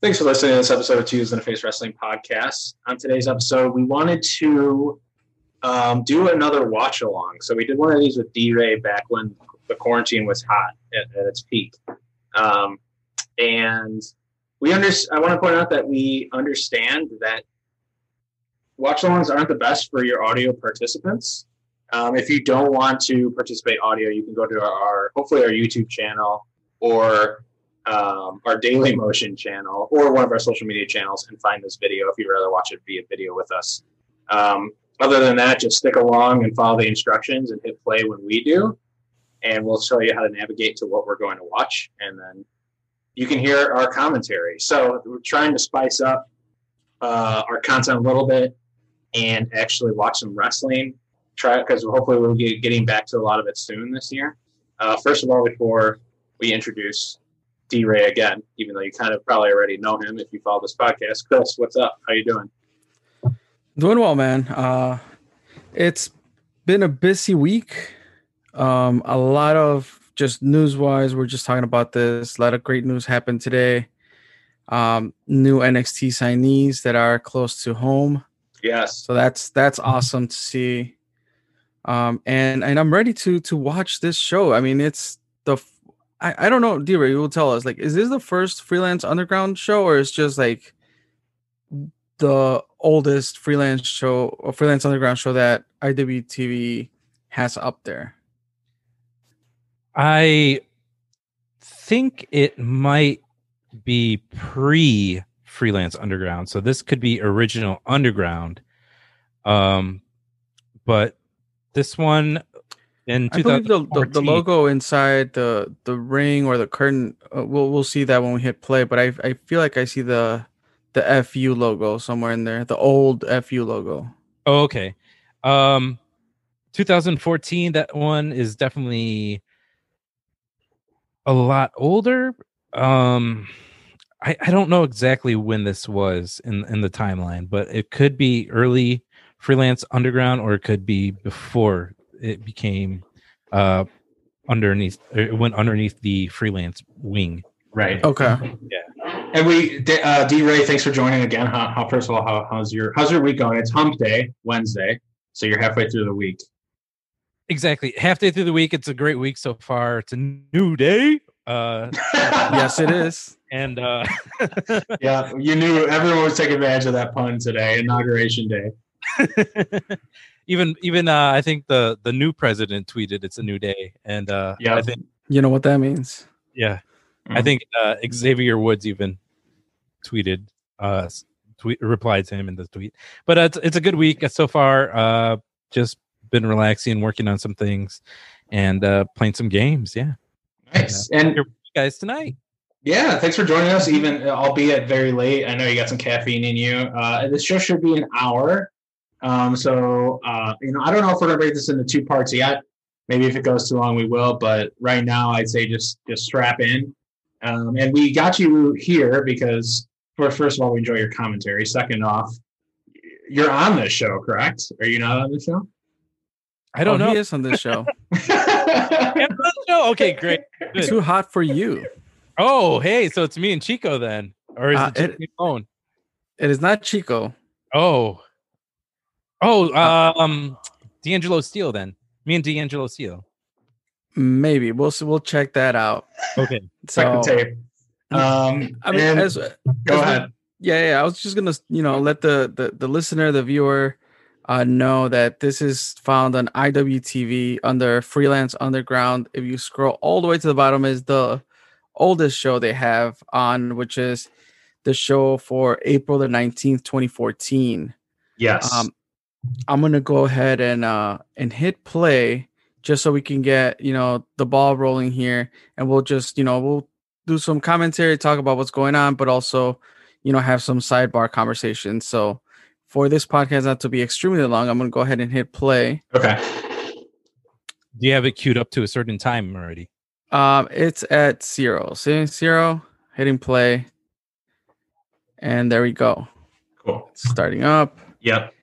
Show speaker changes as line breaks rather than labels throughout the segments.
Thanks for listening to this episode of Tuesday in the Face Wrestling Podcast. On today's episode, we wanted to um, do another watch along. So we did one of these with D Ray back when the quarantine was hot at, at its peak. Um, and we under- I want to point out that we understand that watch alongs aren't the best for your audio participants. Um, if you don't want to participate audio, you can go to our hopefully our YouTube channel or um, our Daily Motion channel or one of our social media channels and find this video if you'd rather watch it via video with us. Um, other than that, just stick along and follow the instructions and hit play when we do, and we'll show you how to navigate to what we're going to watch, and then you can hear our commentary. So we're trying to spice up uh, our content a little bit and actually watch some wrestling. Try because hopefully we'll be getting back to a lot of it soon this year. Uh, first of all, before we introduce D Ray again, even though you kind of probably already know him if you follow this podcast. Chris, what's up? How you doing?
Doing well, man. Uh, it's been a busy week. Um, a lot of just news wise, we're just talking about this. A lot of great news happened today. Um, new NXT signees that are close to home.
Yes.
So that's that's awesome to see. Um, and and I'm ready to to watch this show. I mean, it's the f- I, I don't know, D-Ray, you will tell us. Like, is this the first freelance underground show, or is just like the oldest freelance show or freelance underground show that IWTV has up there?
I think it might be pre freelance underground. So this could be original underground. Um but this one in
I believe the, the, the
2014
logo inside the the ring or the curtain. Uh, we'll we'll see that when we hit play. But I I feel like I see the the FU logo somewhere in there. The old FU logo.
Oh, okay. Um 2014 that one is definitely a lot older. Um I I don't know exactly when this was in in the timeline, but it could be early freelance underground or it could be before it became uh underneath or it went underneath the freelance wing.
Right.
Okay.
And we, D- uh, D Ray, thanks for joining again. How, how first of all, how, how's your how's your week going? It's Hump Day Wednesday, so you're halfway through the week.
Exactly. Half day through the week. It's a great week so far. It's a new day. Uh
Yes, it is.
and uh
yeah, you knew everyone was taking advantage of that pun today. Inauguration Day.
even even uh, I think the the new president tweeted it's a new day, and uh,
Yeah.
I think
You know what that means.
yeah, I
Mhm.
think uh, Xavier Woods even tweeted uh s- tweet replied to him in the tweet. But uh, it's it's a good week so far. Uh, just been relaxing, working on some things, and uh, playing some games. Yeah,
Nice. And
Here with you guys tonight.
yeah, thanks for joining us, even uh, albeit very late. I know you got some caffeine in you. Uh, this show should be an hour. Um, so uh, you know, I don't know if we're gonna break this into two parts yet. Maybe if it goes too long, we will. But right now, I'd say just just strap in. Um, and we got you here because well, first of all, we enjoy your commentary. Second off, you're on this show, correct? Are you not on this show?
I don't
Oh,
know.
He is on this show.
Yeah, I don't know. Okay, great. Good.
Too hot for you.
Oh, hey, so it's me and Chico then, or is
Uh,
it, just
it-
me alone?
It is not Chico.
Oh, oh, uh, um, D'Angelo Steele. Then me and D'Angelo Steele.
Maybe we'll s- we'll check that out.
Okay.
Second
So
tape. Um,
I mean,
and-
as,
go
as we-
ahead.
yeah yeah i was just gonna you know let the the, the listener the viewer uh, know that this is found on iwtv under freelance underground if you scroll all the way to the bottom is the oldest show they have on which is the show for april the 19th 2014
Yes.
um, I'm gonna go ahead and uh and hit play just so we can get you know the ball rolling here, and we'll just you know we'll do some commentary, talk about what's going on, but also you know have some sidebar conversations. So for this podcast not to be extremely long, I'm gonna go ahead and hit play.
okay.
Do you have it queued up to a certain time already?
Um, it's at zero, see zero, hitting play, and there we go.
Cool.
It's starting up.
Yep.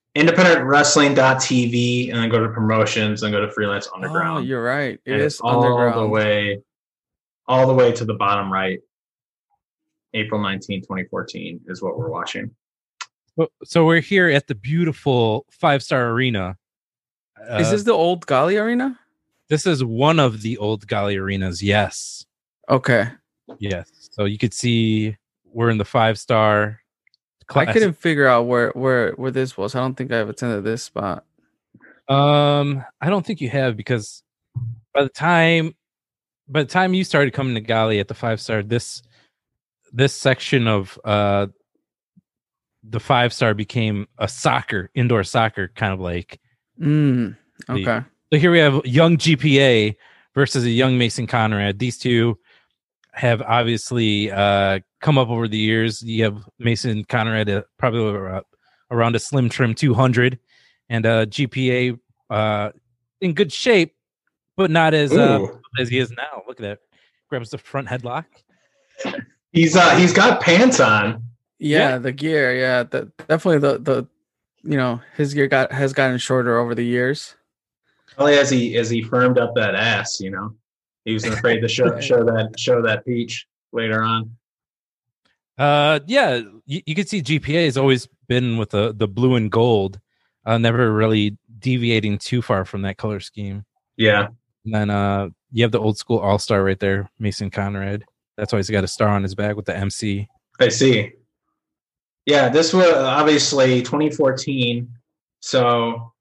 Independentwrestling.tv and then go to promotions and go to freelance
Oh,
underground.
you're right. It
And
is
all
underground.
the way all the way to the bottom right. April 19, 2014 is what we're watching.
Well, So we're here at the beautiful five star arena. Uh,
is this the old Gali Arena?
this is one of the old Gali arenas. Yes.
Okay,
Yes. So you could see we're in the five star.
I couldn't figure out where where where this was. I don't think I've attended this spot.
Um, I don't think you have because by the time by the time you started coming to Gali at the five star, this this section of uh the five star became a soccer indoor soccer kind of like.
Mm,
The-
okay,
So here we have young GPA versus a young Mason Conrad. These two have obviously uh come up over the years. You have Mason Conrad uh, probably ar- around a slim trim 200 and uh GPA uh in good shape but not as uh,
Ooh.
as he is now. Look at that. Grabs the front headlock.
He's uh, he's got pants on.
yeah, the gear, yeah, the, definitely the the you know his gear got has gotten shorter over the years.
Probably as he as he firmed up that ass, you know, he was afraid to show show that show that peach later on.
Uh, yeah, you, you can see GPA has always been with the the blue and gold, uh, never really deviating too far from that color scheme.
Yeah,
And then uh, you have the old school all star right there, Mason Conrad. That's why he's got a star on his back with the MC.
I see. Yeah, this was obviously 2014. So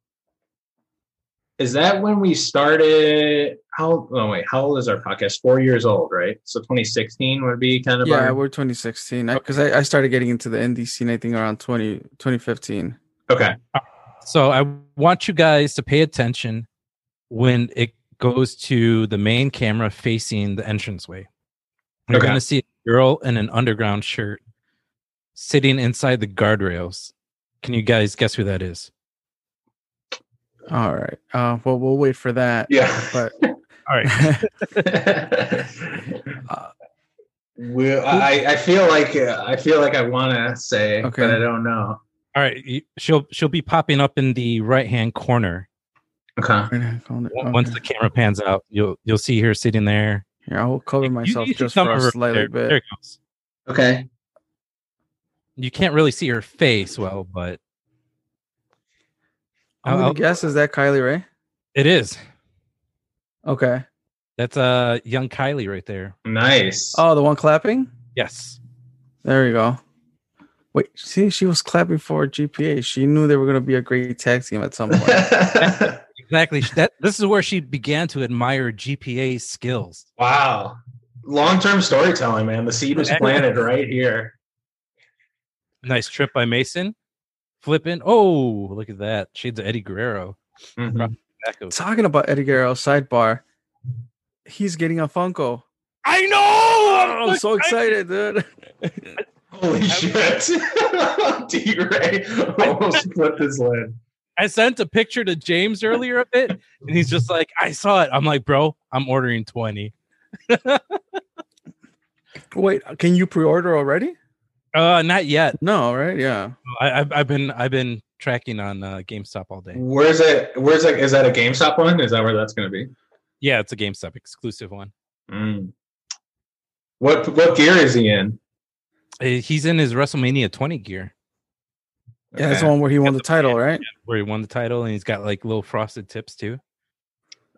is that when we started? How? Oh wait, how old is our podcast? Four years old, right? So 2016 would be kind of
Yeah,
our-
we're 2016
Oh.
because I, I started getting into the indie scene I think around 20 2015.
okay.
So I want you guys to pay attention when it goes to the main camera facing the entranceway. You're
Okay.
going to see a girl in an underground shirt sitting inside the guardrails. Can you guys guess who that is?
All right, uh, well we'll wait for that.
Yeah,
But
All right.
well, I, I feel like uh, I feel like I want to say,
Okay.
but I don't know.
All right, you- she'll she'll be popping up in the right hand corner.
Okay.
O- Once the camera pans out, you'll you'll see her sitting there.
Yeah, I will cover
You- you
myself
need to
just for
come
a
over
slightly
there.
bit.
There it goes.
Okay.
You can't really see her face well, but
I'm
I'll-
gonna guess is that Kylie Ray?
it is.
Okay.
That's uh young Kylie right there.
Nice.
Oh, the one clapping.
Yes.
There you go. Wait, see, she was clapping for GPA. She knew they were gonna be a great tag team at some point.
Exactly. She- That this is where she began to admire GPA's skills.
wow. Long-term storytelling, man. The seed was planted right here.
Nice trip by Mason. Flipping. Oh, look at that. Shades of Eddie Guerrero.
Mhm.
Back of-
Talking about Eddie Guerrero, sidebar. He's getting a Funko.
I know.
Oh, I'm so
I-
excited, dude.
Holy shit! D-Ray almost flipped his lid.
I sent a picture to James earlier of it, and he's just like, I saw it. I'm like, bro, I'm ordering 20.
Wait, can you pre-order already?
Uh, not yet.
No, right? Yeah.
I, I've, I've been I've been tracking on uh, GameStop all day.
Where's it? Where's it? Is that a GameStop one? Is that where that's going to be?
Yeah, it's a GameStop exclusive one.
Mm. What What gear is he in?
Uh, He's in his WrestleMania 20 gear
Yeah, that's
Okay.
the one where he won the title, right?
where he won the title, and he's got like little frosted tips too.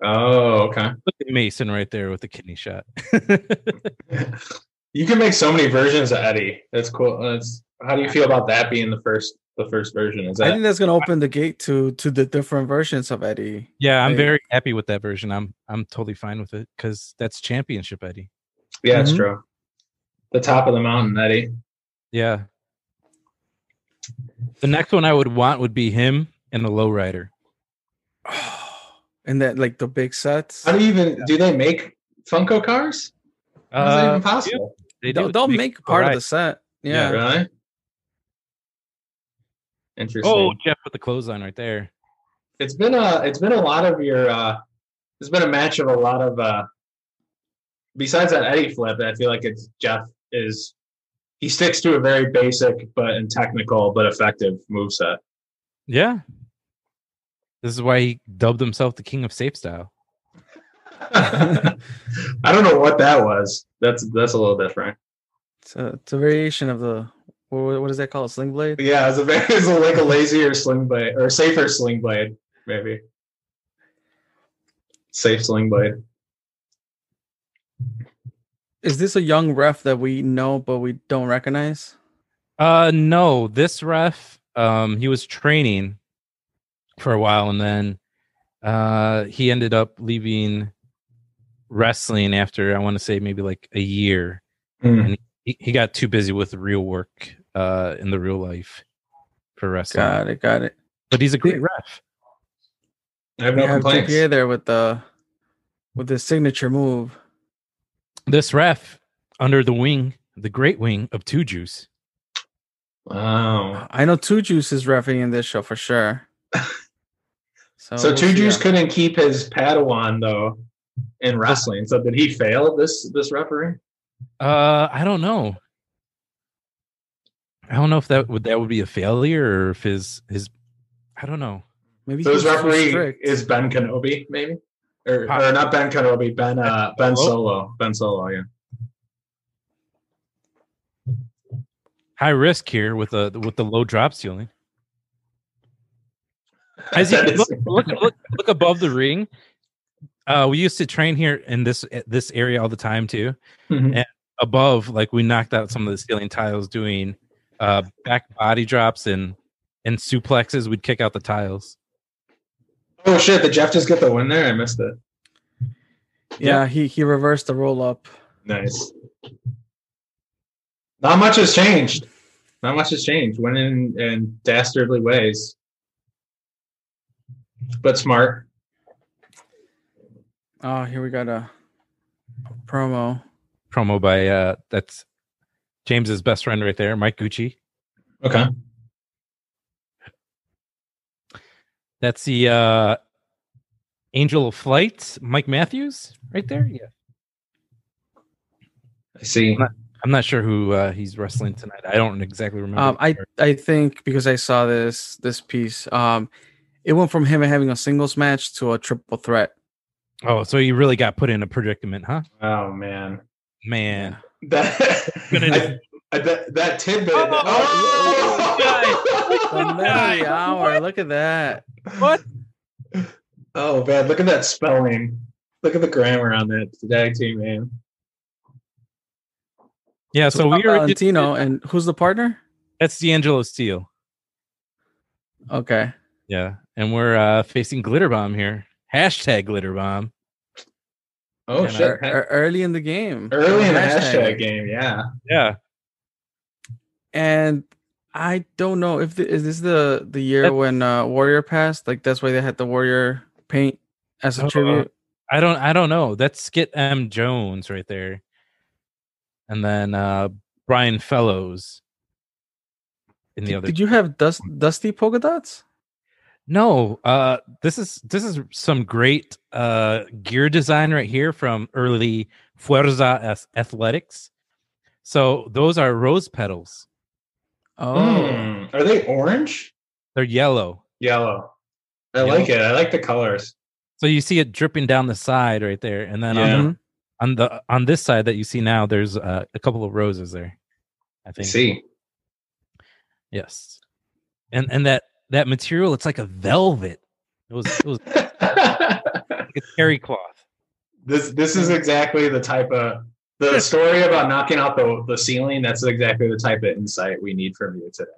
Oh, okay.
Look at Mason right there with the kidney shot.
you can make so many versions of Eddie. That's cool. That's how do you feel about that being the first the first version? Is
I
that
think that's gonna open the gate to to the different versions of Eddie.
yeah, I'm
Right.
very happy with that version. I'm I'm totally fine with it because that's championship Eddie.
yeah, it's
Mhm.
true. The top of the mountain, Eddie.
Yeah. The next one I would want would be him and the lowrider.
and that like the big sets.
How do you even do they make Funko cars? How's that
Uh,
even possible?
they
They'll,
do.
they'll
They-
make part of
Alright.
the set. Yeah.
Really? Interesting.
Oh, Jeff with the clothesline right there.
It's been a it's been a lot of your uh it's been a match of a lot of uh besides that Eddie flip, I feel like it's Jeff is he sticks to a very basic but and technical but effective moveset.
Yeah. This is why he dubbed himself the king of safe style.
I don't know what that was. That's that's a little different.
It's a, it's a variation of the what, what is that called? Sling blade.
Yeah, it's, a, very- it's a, like a lazier sling blade or a safer sling blade, maybe. Safe sling blade.
Is this a young ref that we know but we don't recognize?
Uh no, this ref um he was training for a while and then uh he ended up leaving wrestling after I want to say maybe like a year.
Hmm.
He, he got too busy with real work uh in the real life for wrestling.
Got it. Got it.
But he's a great ref.
I have
We
no
have
complaints.
DPA there with the with the signature move.
This ref under the wing, the great wing of Two Juice.
Wow.
I know Two Juice is refing in this show for sure. So,
So
Oh,
we'll
Two
see
Juice
how-
couldn't keep his Padawan though in wrestling. So did he fail this this referee?
Uh I don't know. I don't know if that would that would be a failure or if his his I don't know.
maybe
So
he
his
was too
referee
strict.
is Ben Kenobi, maybe, or,
Pop-
or not Ben Kenobi, Ben uh, Ben
Solo?
Solo, Ben Solo, yeah.
high risk here with the with the low drop ceiling. As you
That is-
look, look, look, look above the ring, uh, we used to train here in this this area all the time too. Mm-hmm.
Mhm.
Above, like we knocked out some of the ceiling tiles doing uh, back body drops and and suplexes. We'd kick out the tiles.
Oh shit! Did Jeff just get the win there? I missed it.
yeah, he he reversed the roll up.
Nice. Not much has changed. Not much has changed. Winning in dastardly ways, but smart.
Oh, here we got a, a promo.
Promo by uh, that's James's best friend right there, Mike Gucci.
Okay.
That's the uh, Angel of Flight, Mike Matthews, right there.
Mm-hmm.
Yeah.
I see.
I'm not sure who uh, he's wrestling tonight. I don't exactly remember.
Um, I I think because I saw this this piece, um, it went from him having a singles match to a triple threat.
oh, so you really got put in a predicament, huh?
Oh man.
Man,
That
Gonna
I, I, that, that tidbit.
Oh,
oh!
The middle of the hour. Look at that.
What?
Oh man, look at that spelling. Look at the grammar on that tag team, man.
yeah. So we were
Valentino and who's the partner?
that's D'Angelo Steele.
Okay.
Yeah, and we're uh, facing Glitter Bomb here. Hashtag Glitter Bomb.
Oh
And
shit.
ear- ear- E-, early in the game.
Early in the
Hashtag.
hashtag game, yeah.
Yeah,
And I don't know if the, is this the the year
That-
when uh, Warrior passed. Like that's why they had the Warrior paint as a
Oh,
tribute.
I don't, I don't know. That's Skit M Jones right there, and then uh, Brian Fellows. In the
Did,
other,
did you have dust, dusty polka dots?
No, uh this is this is some great uh gear design right here from early Fuerza Ath- Athletics. So those are rose petals.
Oh,
Mm. Are they orange?
They're yellow.
Yellow. I
Yellow.
like it. I like the colors.
So you see it dripping down the side right there and then
Yeah.
Mm-hmm.
on, the, on the on this side that you see now there's uh, a couple of roses there. I
I
think.
see.
Yes. And and that that material it's like a velvet. It was it was like a terry cloth.
this this is exactly the type of the story about knocking out the, the ceiling, that's exactly the type of insight we need from you today.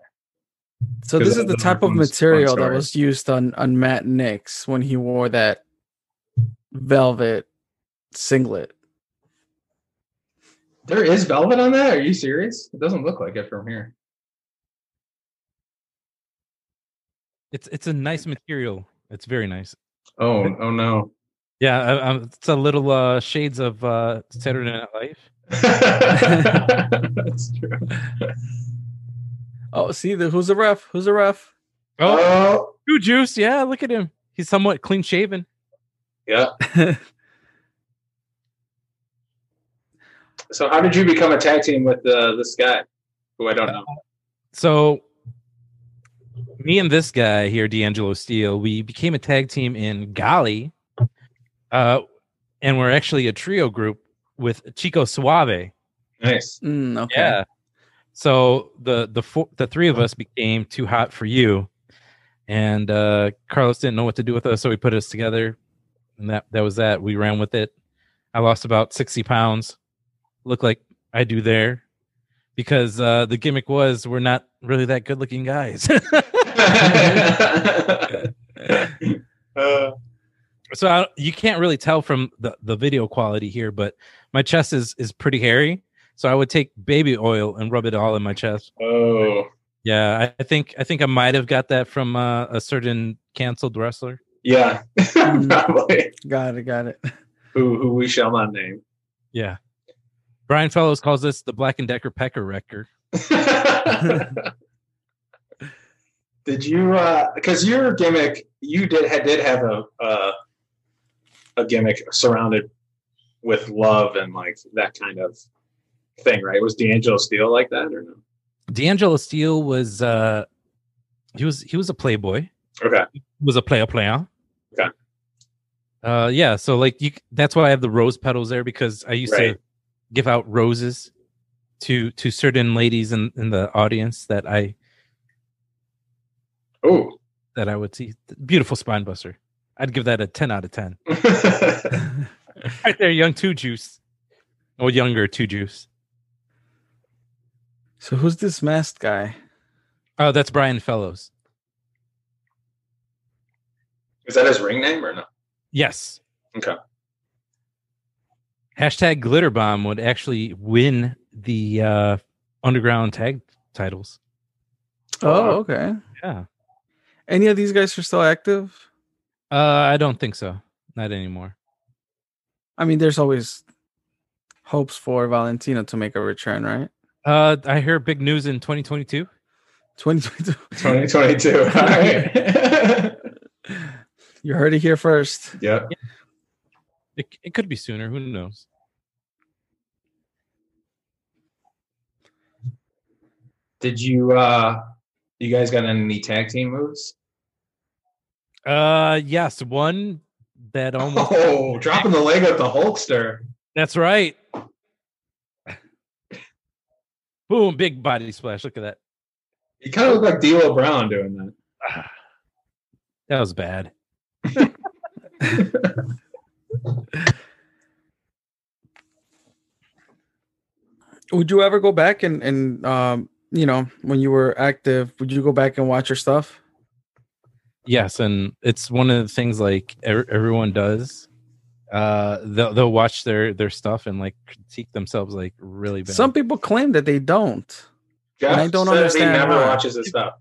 so
'Cause
this is
that-
the
those
type
are
of
fun- fun
material that
stories.
was used on on Matt Nix when he wore that velvet singlet.
There is velvet on that? Are you serious? It doesn't look like it from here.
It's it's a nice material. It's very nice.
Oh, oh no.
Yeah, I, I, it's a little uh, shades of uh, Saturday Night Live.
That's true.
Oh, see the who's the ref? Who's the ref?
Oh,
Oh,
Two Juice, yeah, look at him. He's somewhat clean shaven.
yeah.
I
So, how did you become a tag team with uh, this guy, who I don't know?
So, me and this guy here, D'Angelo Steele, we became a tag team in Gali, uh, and we're actually a trio group with Chico Suave.
Nice.
Mm, okay.
Yeah. So the the four, the three of us became too hot for you, and uh, Carlos didn't know what to do with us, so he put us together, and that that was that. We ran with it. I lost about sixty pounds. Look like I do there, because uh, the gimmick was we're not really that good looking guys.
Uh,
so I, you can't really tell from the, the video quality here, but my chest is is pretty hairy. So I would take baby oil and rub it all in my chest.
oh,
Yeah, I, I think I think I might have got that from uh, a certain canceled wrestler.
yeah, Mm-hmm. probably.
Got it. Got it.
Who who we shall not name.
Yeah, Brian Fellows calls this the Black and Decker Pecker Wrecker.
did you? Because your gimmick, you did had, did have a uh, a gimmick surrounded with love and like that kind of thing, right? Was D'Angelo Steele like that or no?
D'Angelo Steele was uh, he was he was a playboy.
Okay,
was a player player.
Okay.
Uh, yeah. So like you, that's why I have the rose petals there because I used
Right.
to give out roses to to certain ladies in in the audience that I
oh,
that I would see. Beautiful spine buster. I'd give that a ten out of ten. Right there, young two juice, or younger two juice.
So who's this masked guy?
Oh, that's Brian Fellows.
is that his ring name or no?
Yes.
Okay.
Hashtag glitter bomb would actually win the uh, underground tag titles.
Oh, okay.
Yeah.
Any of these guys are still active?
Uh, I don't think so. Not anymore.
I mean, there's always hopes for Valentino to make a return, right?
Uh, I hear big news in 2022.
2022.
Twenty twenty two. All right.
you heard it here first.
yeah.
It, it could be sooner. Who knows?
Did you? uh You guys got any tag team moves?
Uh, yes, one that almost.
Oh, dropping the leg at the Hulkster.
That's right. Boom! Big body splash. Look at that.
He kind of looked like D'Lo Brown doing that.
That was bad.
Would you ever go back and and um, you know, when you were active, would you go back and watch your stuff?
Yes, and it's one of the things like ev- everyone does. Uh, they'll they'll watch their their stuff and like critique themselves like really bad.
Some people claim that they don't. And I don't
says
understand
He never
why.
watches his stuff.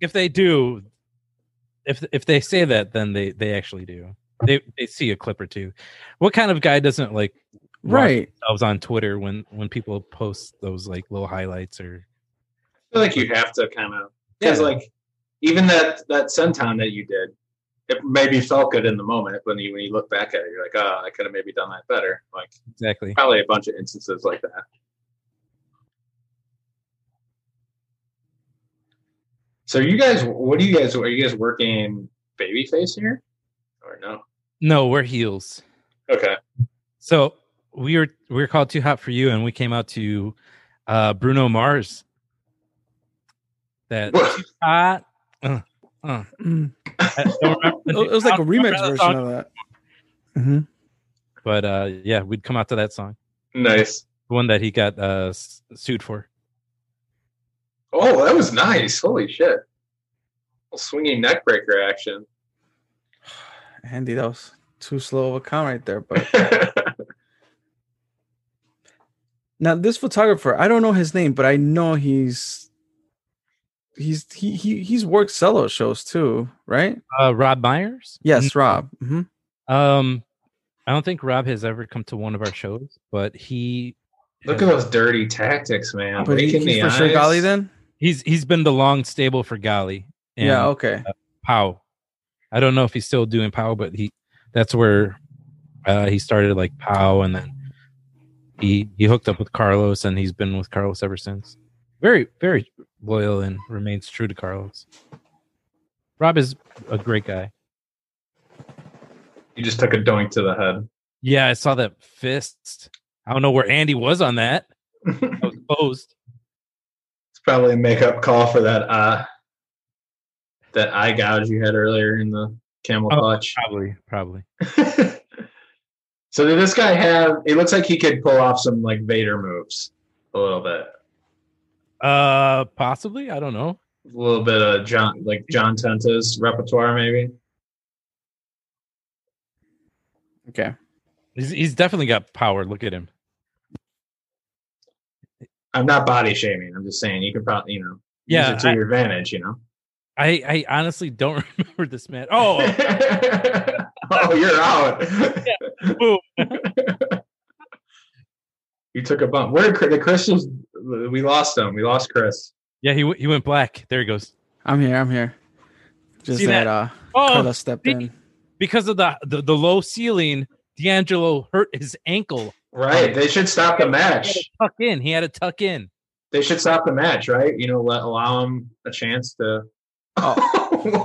if they do if if they say that then they they actually do they they see a clip or two what kind of guy doesn't like watch
Right.
themselves on twitter when when people post those like little highlights or
I feel like you have to kind of because
Yeah.
like even that that senton that you did, it maybe felt good in the moment when you when you look back at it, you're like, oh, I could have maybe done that better. Like
exactly
probably a bunch of instances like that. So you guys, what do you guys? Are you guys working babyface here, or no?
no we're heels
Okay,
so we were we were called too hot for you and we came out to uh bruno mars that hot uh.
Mm.
I don't remember the
It it was like a
name.
remix
I don't remember the
version
song,
of that. hmm
but uh yeah we'd come out to that song
nice.
the one that he got uh s- sued for
Oh, that was nice. Holy shit! Little swinging neck breaker action.
Andy, that was too slow of a count right there, but Now this photographer, I don't know his name, but I know he's he's he, he he's worked solo shows too, right?
uh rob myers
Yes, Rob. hmm
Um, I don't think Rob has ever come to one of our shows, but he
Look at
has-
those dirty tactics, man.
But he,
Raking the
he's for sure
eyes.
Gali then.
he's he's been the long stable for Golly. And
yeah. Okay.
Pow. I don't know if he's still doing Pow, but he that's where uh, he started like Pow, and then he he hooked up with Carlos, and he's been with Carlos ever since. Very very loyal and remains true to Carlos. Rob is a great guy.
You just took a doink to the head.
Yeah, I saw that fist. I don't know where Andy was on that. I was posed.
It's probably a makeup call for that uh that eye gouge you had earlier in the camel
Oh.
clutch.
Probably, probably.
so did this guy have? It looks like he could pull off some like Vader moves a little bit,
Uh, possibly. I don't know.
a little bit of John like John Tenta's repertoire maybe.
Okay.
He's, he's definitely got power. Look at him.
I'm not body shaming. I'm just saying you could probably you know
Yeah,
use it to
I,
your advantage. You know.
I, I honestly don't remember this man. Oh,
oh, you're out.
boom.
You took a bump. Where did Chris? Was, we lost him. We lost Chris.
yeah, he went- he went black. There he goes.
I'm here. I'm here. Just
See
that,
that?
uh,
Oh,
Carla stepped
see?
in.
because of the, the the low ceiling, D'Angelo hurt his ankle.
Right. They should stop the
He had
match.
to tuck in. He had to tuck in.
They should stop the match, right? You know, let allow him a chance to. what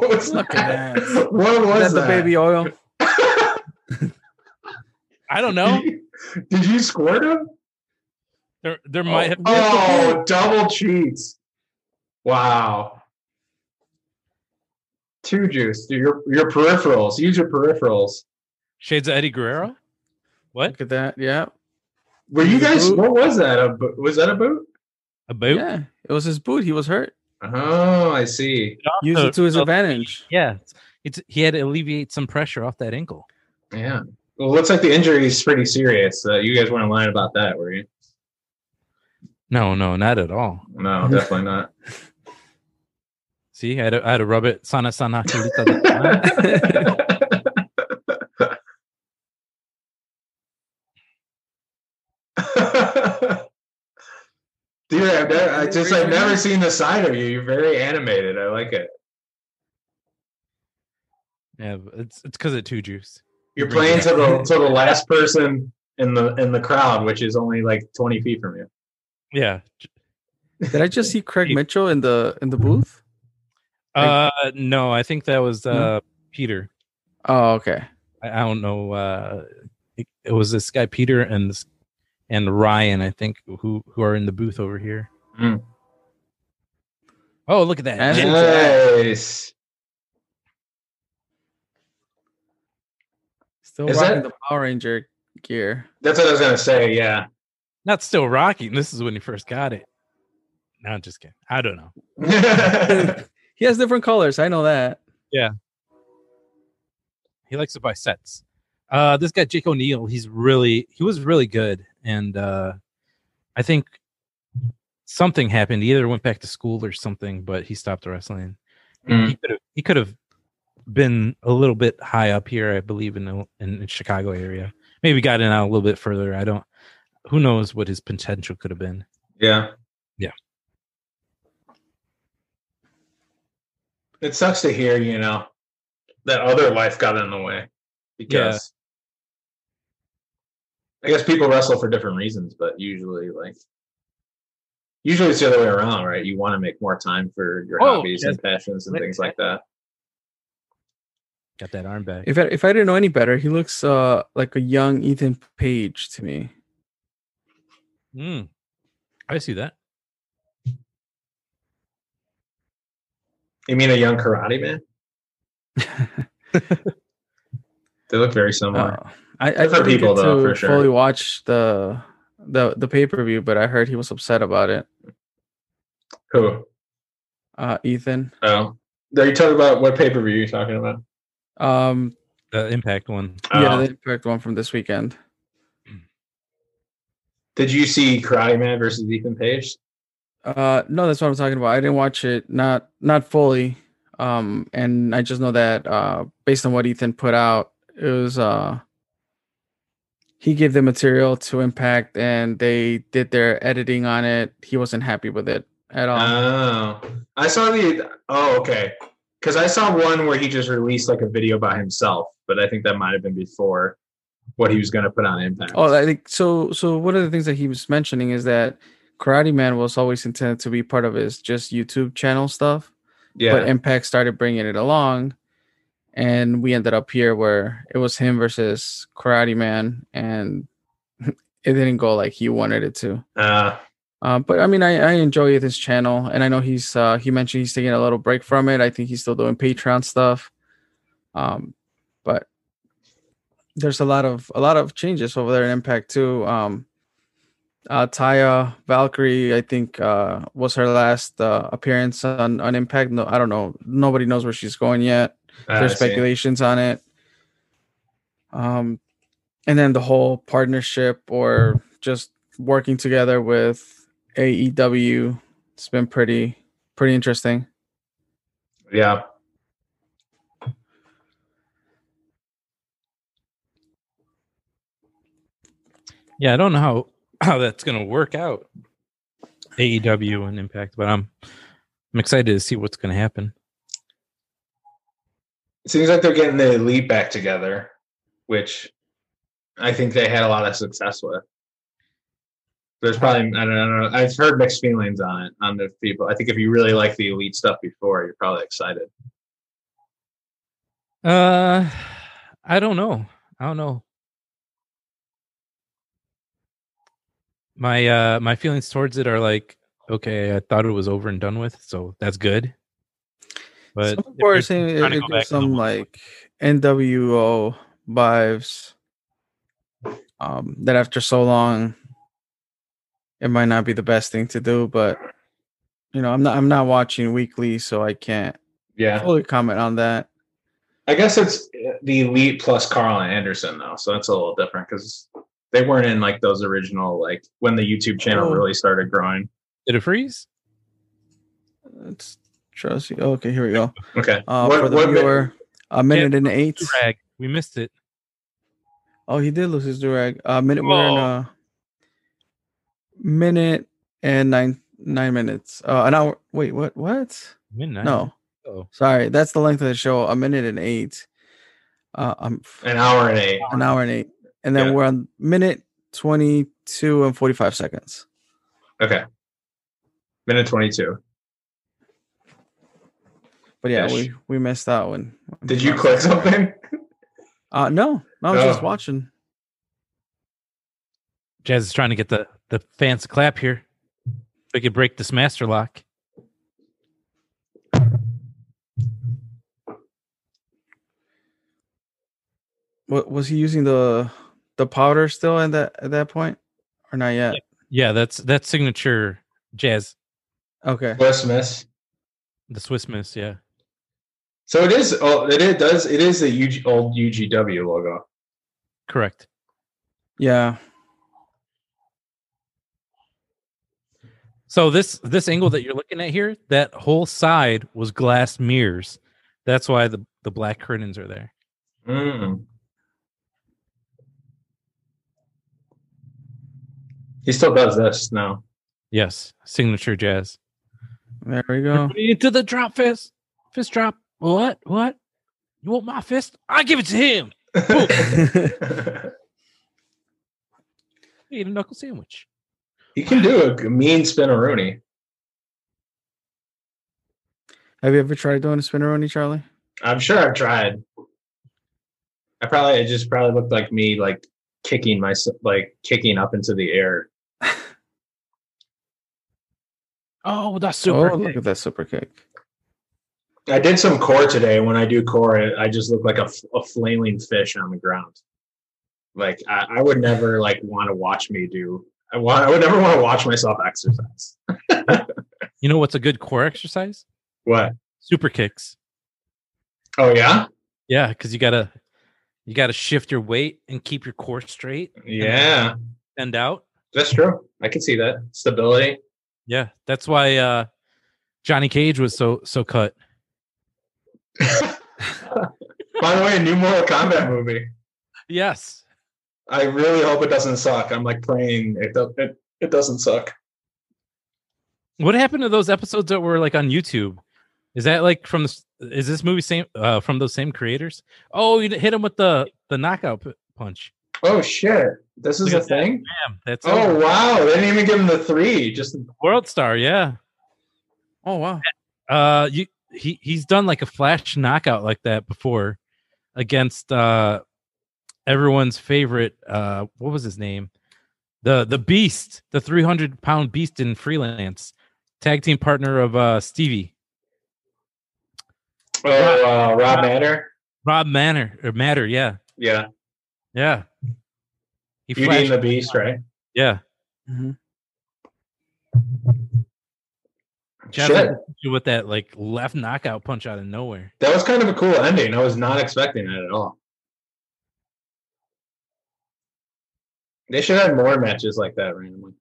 was
Oh. Look at that.
What was
Is that the baby oil?
I don't know.
Did you squirt him?
There there might have
Oh, double cheats! Wow. Two juice. Do Your your peripherals. Use your peripherals.
shades of Eddie Guerrero. What
Look at that. Yeah.
Were you
Use a
guys?
boot.
What was that? A bo- was that a boot?
a boot?
Yeah. It was his boot. He was hurt.
Oh, I see.
Use
So-
it to his
so-
advantage.
Yeah, it's he had to alleviate some pressure off that ankle.
Yeah. Well, looks like the injury is pretty serious. Uh, you guys weren't lying about that, were you?
No, no, not at all.
No, definitely not.
See, I had to, I had to rub it. Sana sana. kulita da sana.
Dude, I've never, I just I've never seen the side of you. You're very animated. I like it.
yeah, it's it's because of two juice.
You're playing to the to the last person in the in the crowd, which is only like 20 feet from you.
Yeah.
Did I just see Craig Mitchell in the in the booth?
Uh, no, I think that was uh
No?
Peter.
Oh, okay.
I, I don't know. Uh, it, it was this guy Peter and this, and Ryan, I think, who who are in the booth over here.
Mm.
Oh, look at that!
As-
Yeah.
Nice.
Still
Is
rocking
that-
the Power Ranger gear.
That's what I was gonna say. Yeah.
Not still rocking. This is when he first got it. No, I'm just kidding. I don't know.
He has different colors. I know that.
He likes to buy sets. Uh, this guy Jake O'Neill, he's really he was really good, and uh, I think something happened. He either went back to school or something, but he stopped wrestling.
Mm.
he could have he could have been a little bit high up here, I believe, in the in, the Chicago area. Maybe gotten out a little bit further. I don't. Who knows what his potential could have been?
Yeah.
Yeah.
It sucks to hear, you know, that other life got in the way because I guess people wrestle for different reasons, but usually, like, usually it's the other way around, right? You want to make more time for your
Oh,
hobbies and passions and things like that.
Got that arm back.
If I, if I didn't know any better, he looks uh like a young Ethan Page to me.
Mm. I see that.
You mean a young karate man? They look very similar.
Uh, I, I
Different
didn't
people,
get
though,
to
for sure.
fully watch the the the pay per view, but I heard he was upset about it.
Who?
Uh, Ethan,
Oh, are you talking about what pay per view you're talking about?
um,
The uh, impact one.
yeah,
Oh.
the correct one from this weekend.
Did you see Karate Man versus Ethan Page?
Uh, no, that's what I'm talking about. I didn't watch it, not not fully. Um, and I just know that uh, based on what Ethan put out, it was uh, he gave the material to Impact, and they did their editing on it. He wasn't happy with it at all.
Oh, I saw the. Oh, okay. Because I saw one where he just released like a video by himself, but I think that might have been before what he was going to put on Impact.
Oh, I think so. So one of the things that he was mentioning is that Karate Man was always intended to be part of his just YouTube channel stuff,
yeah.
but Impact started bringing it along, and we ended up here where it was him versus Karate Man, and it didn't go like he wanted it to.
uh,
Uh, but I mean, I, I enjoy this channel, and I know he's uh, he mentioned he's taking a little break from it. I think he's still doing Patreon stuff, um, but there's a lot of a lot of changes over there in Impact too. Um, uh, Taya Valkyrie, I think, uh, was her last uh, appearance on, on Impact. No, I don't know. Nobody knows where she's going yet.
Ah, I
There's
see.
speculations on it. Um, and then the whole partnership or just working together with AEW, it's been pretty pretty interesting.
Yeah.
Yeah, I don't know how how that's gonna work out. AEW and Impact, but I'm I'm excited to see what's gonna happen.
It seems like they're getting the elite back together, which I think they had a lot of success with. There's probably I don't, know, I don't know. I've heard mixed feelings on it on the people. I think if you really like the elite stuff before, you're probably excited.
Uh, I don't know. I don't know. My uh my feelings towards it are like okay, I thought it was over and done with, so that's good. But
some people are
if
saying
trying
it,
to
it
go back
gives
to the
some
one-
like NWO vibes. Um, that after so long, it might not be the best thing to do. But you know, I'm not I'm not watching weekly, so I can't
Yeah,
fully comment on that.
I guess it's uh, the elite plus Carl and Anderson though, so that's a little different because they weren't in like those original like when the YouTube channel
Oh.
really started growing.
did it freeze?
Let's try to see. Okay, here we go.
Okay,
Uh,
What-
for the
what ma-
viewer, a minute and eight.
Drag. We missed it.
Oh, he did lose his durag. A minute we're in
Oh.
a minute and nine nine minutes. Uh, an hour. Wait, what? What?
Midnight.
No,
Oh.
sorry, that's the length of the show. A minute and eight. Uh, um,
an hour and eight.
an hour and eight, and then
Yeah.
we're on minute twenty-two and forty-five seconds.
Okay, minute twenty-two.
But yeah,
Ish.
we we missed that one.
Did you click something?
Uh, no, no, I was just
Oh.
watching.
Jazz is trying to get the the fans to clap here. We could break this master lock.
What was he using the the powder still at that at that point, or not yet?
Yeah, that's that's signature jazz,
Okay.
West miss.
the Swiss Miss. Yeah,
So it is. Oh, it, it does. It is the UG, old UGW logo.
correct.
Yeah.
So this this angle that you're looking at here, that whole side was glass mirrors. That's why the the black curtains are there.
Mm. He still does this now.
Yes, signature jazz.
There we go.
Everybody Into the drop fist, fist drop. What? What? You want my fist? I give it to him. Eat a knuckle sandwich.
he can do a g- mean spinneroonie.
Have you ever tried doing a spinneroni, Charlie?
I'm sure I've tried. I probably it just probably looked like me like kicking myself like kicking up into the air.
Oh, that's
oh,
super.
look at that super kick.
I did some core today. When I do core, I I just look like a, f- a flailing fish on the ground. Like I, I would never like want to watch me do. I want. I would never want to watch myself exercise.
you know what's a good core exercise?
What?
Super kicks.
Oh yeah,
Yeah, because you gotta you gotta shift your weight and keep your core straight.
yeah.
Bend out.
That's true. I can see that stability.
Yeah, that's why uh, Johnny Cage was so so cut.
By the way, a new Mortal Kombat movie.
Yes,
I really hope it doesn't suck. I'm like praying it. do- It, it doesn't suck.
What happened to those episodes that were like on YouTube? Is that like from the, is this movie same uh, from those same creators? Oh, you hit him with the the knockout p- punch.
Oh shit! This is
Look
a
at that.
thing.
Damn, that's
Oh
oh
wow! They didn't even give him the three. Just uh,
World Star, yeah.
Oh wow.
Uh, you he he's done like a flash knockout like that before against uh everyone's favorite uh what was his name? the the beast, the 300 pound beast in freelance, tag team partner of uh, Stevie
Oh, uh, Rob Manner.
Rob Manor or Matter. Yeah,
Yeah,
yeah. He
Beauty and the Beast, right?
Yeah,
Mhm.
Jeff
Shit,
with that like left knockout punch out of nowhere.
that was kind of a cool ending. I was not expecting that at all. They should have more matches like that randomly.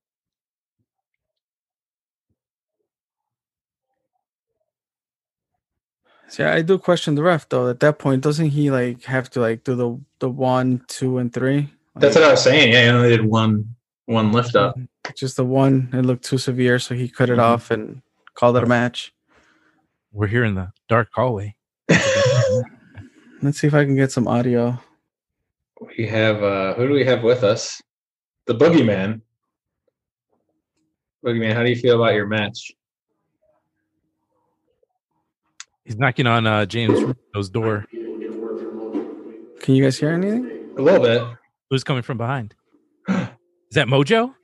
See, I do question the ref though. At that point, doesn't he like have to like do the the one, two, and three?
That's
Like,
what I was saying. Yeah, he only did one one lift up.
Just the one. It looked too severe, so he cut it
Mhm.
off and called it a match.
We're here in the dark hallway.
Let's see if I can get some audio.
we have uh who do we have with us? The boogeyman. Boogeyman, how do you feel about your match?
He's knocking on uh, James Russo's door.
Can you guys hear anything?
A little bit.
Who's coming from behind? Is that Mojo?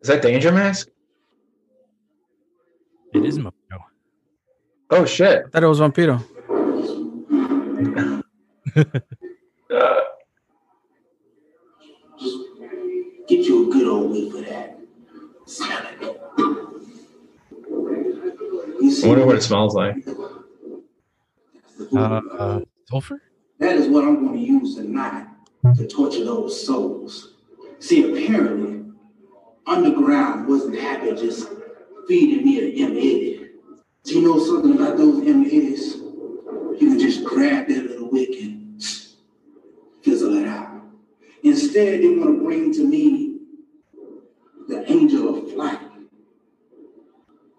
Is that Danger Mask?
It is Mojo.
Oh shit.
I thought it was Vampiro.
Uh,
Get you a good old week for that. Smell it. You
I
see,
wonder what it smells like.
Uh, uh, Topher?
that is what I'm going to use tonight to torture those souls. See, apparently, Underground wasn't happy just feeding me an M. Idiot. Do you know something about those M. Idiots? You can just grab that little wick and fizzle it out. Instead, they want to bring to me the angel of flight.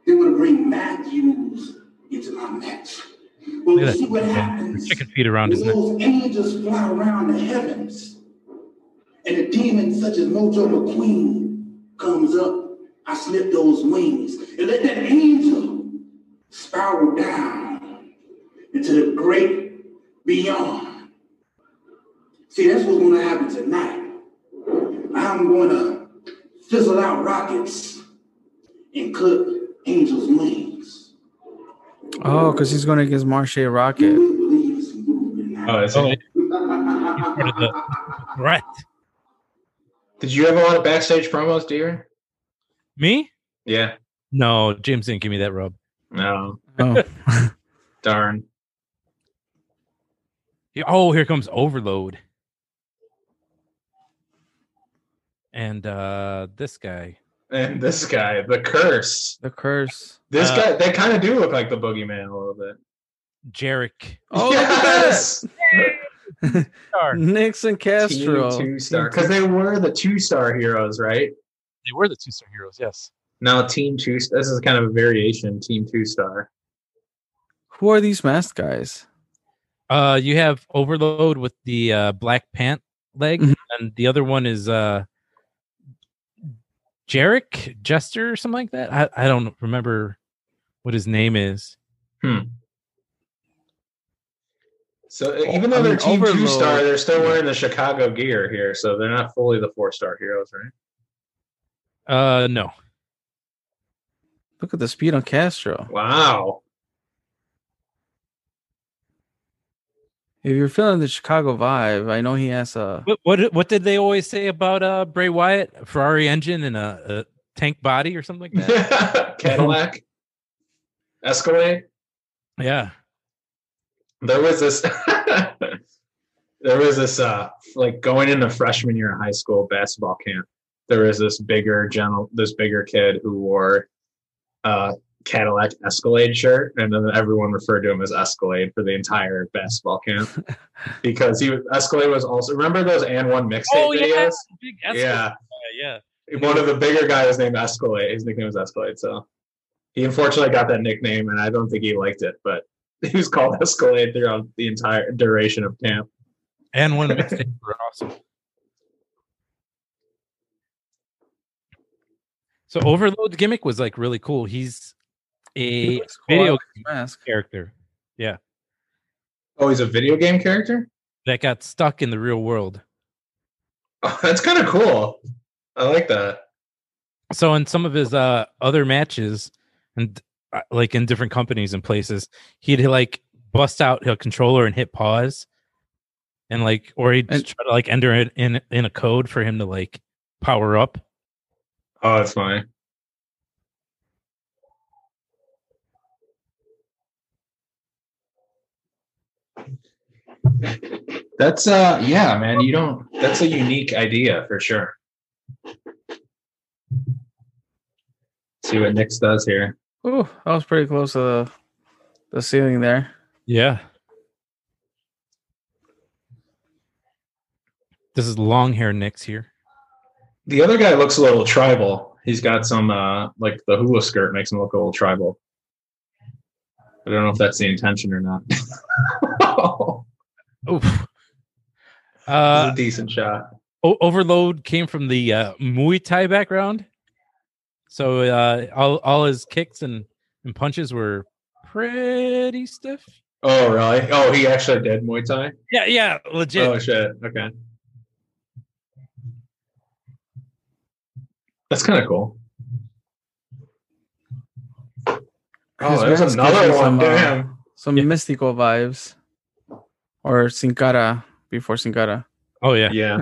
They want to bring Matthews into my match. Well,
Look at
see what
that.
happens.
Chicken feet around his
When
neck.
Those angels fly around the heavens, and a demon such as Mojo McQueen comes up. I snip those wings and let that angel spiral down into the great beyond. See, that's what's going to happen tonight. I'm going to fizzle out rockets and clip angels' wings.
Oh, because he's going against Marche
You
Rocket.
will believe it's moving now.
Oh, is
Oh,
it?
it's part of the threat.
Did you have a lot of backstage promos, dear?
Me?
Yeah.
No, James didn't give me that rub.
No.
Oh,
Darn.
He- Oh, here comes Overload. And uh this guy.
And this guy, the curse.
the curse.
This
Uh,
guy, they kind of do look like the boogeyman a little bit.
Jarek.
Oh,
yes!
look at that.
Mm.
Nixon Castro.
Two star. Because they were the two star heroes, right?
They were the two star heroes, yes.
Now, Team Two. This is kind of a variation. Team Two Star.
Who are these masked guys?
Uh, you have Overload with the uh, black pant leg,
Mhm.
and the other one is uh, Jarek Jester or something like that. I, I don't remember what his name is.
So uh, even though
I
they're
mean,
Team Two
Overlord-
Star, they're still wearing the Chicago gear here, so they're not fully the four star heroes, right?
Uh, no,
Look at the speed on Castro.
Wow.
If you're feeling the Chicago vibe, I know he has a.
what what, what did they always say about uh, Bray Wyatt? A Ferrari engine and a, a tank body or something like that.
Cadillac, Escalade.
yeah,
There was this. there was this uh like going into freshman year of high school basketball camp. There was this bigger general, this bigger kid who wore uh Cadillac Escalade shirt, and then everyone referred to him as Escalade for the entire basketball camp. because he was Escalade was also remember those and one mixtape
Oh, yeah.
videos?
big
Yeah.
yeah.
One of the bigger guys was named Escalade. His nickname was Escalade, so he unfortunately got that nickname and I don't think he liked it, but he was called Escalade throughout the entire duration of camp.
And one mixtape were awesome. So Overload gimmick was like really cool. He's
he
a
looks cool. I
video
like his mask.
character
Oh, he's a video game character?
that got stuck in the real world.
Oh, that's kind of cool. I like that.
so in some of his uh other matches and uh, like in different companies and places he'd like bust out a controller and hit pause and like or he'd
And-
try to like enter it in in a code for him to like power up
Oh, that's funny. That's uh yeah, man. You don't that's a unique idea for sure. See what Nix does here.
Oh, I was pretty close to the, the ceiling there.
yeah this is long hair Nick's here
The other guy looks a little tribal. He's got some uh like the hula skirt makes him look a little tribal. I don't know if that's the intention or not.
oh
This
uh
is a decent shot.
O- Overload came from the uh, Muay Thai background, so uh, all all his kicks and, and punches were pretty stiff.
Oh really? Oh, he actually did Muay Thai.
Yeah, yeah, legit.
Oh shit. Okay. That's kind of cool. Oh,
This
there's
man's
another
giving
one.
some, uh,
Damn.
Some
Yeah.
mystical vibes. Or Sin Cara before Sin Cara.
oh yeah.
Yeah.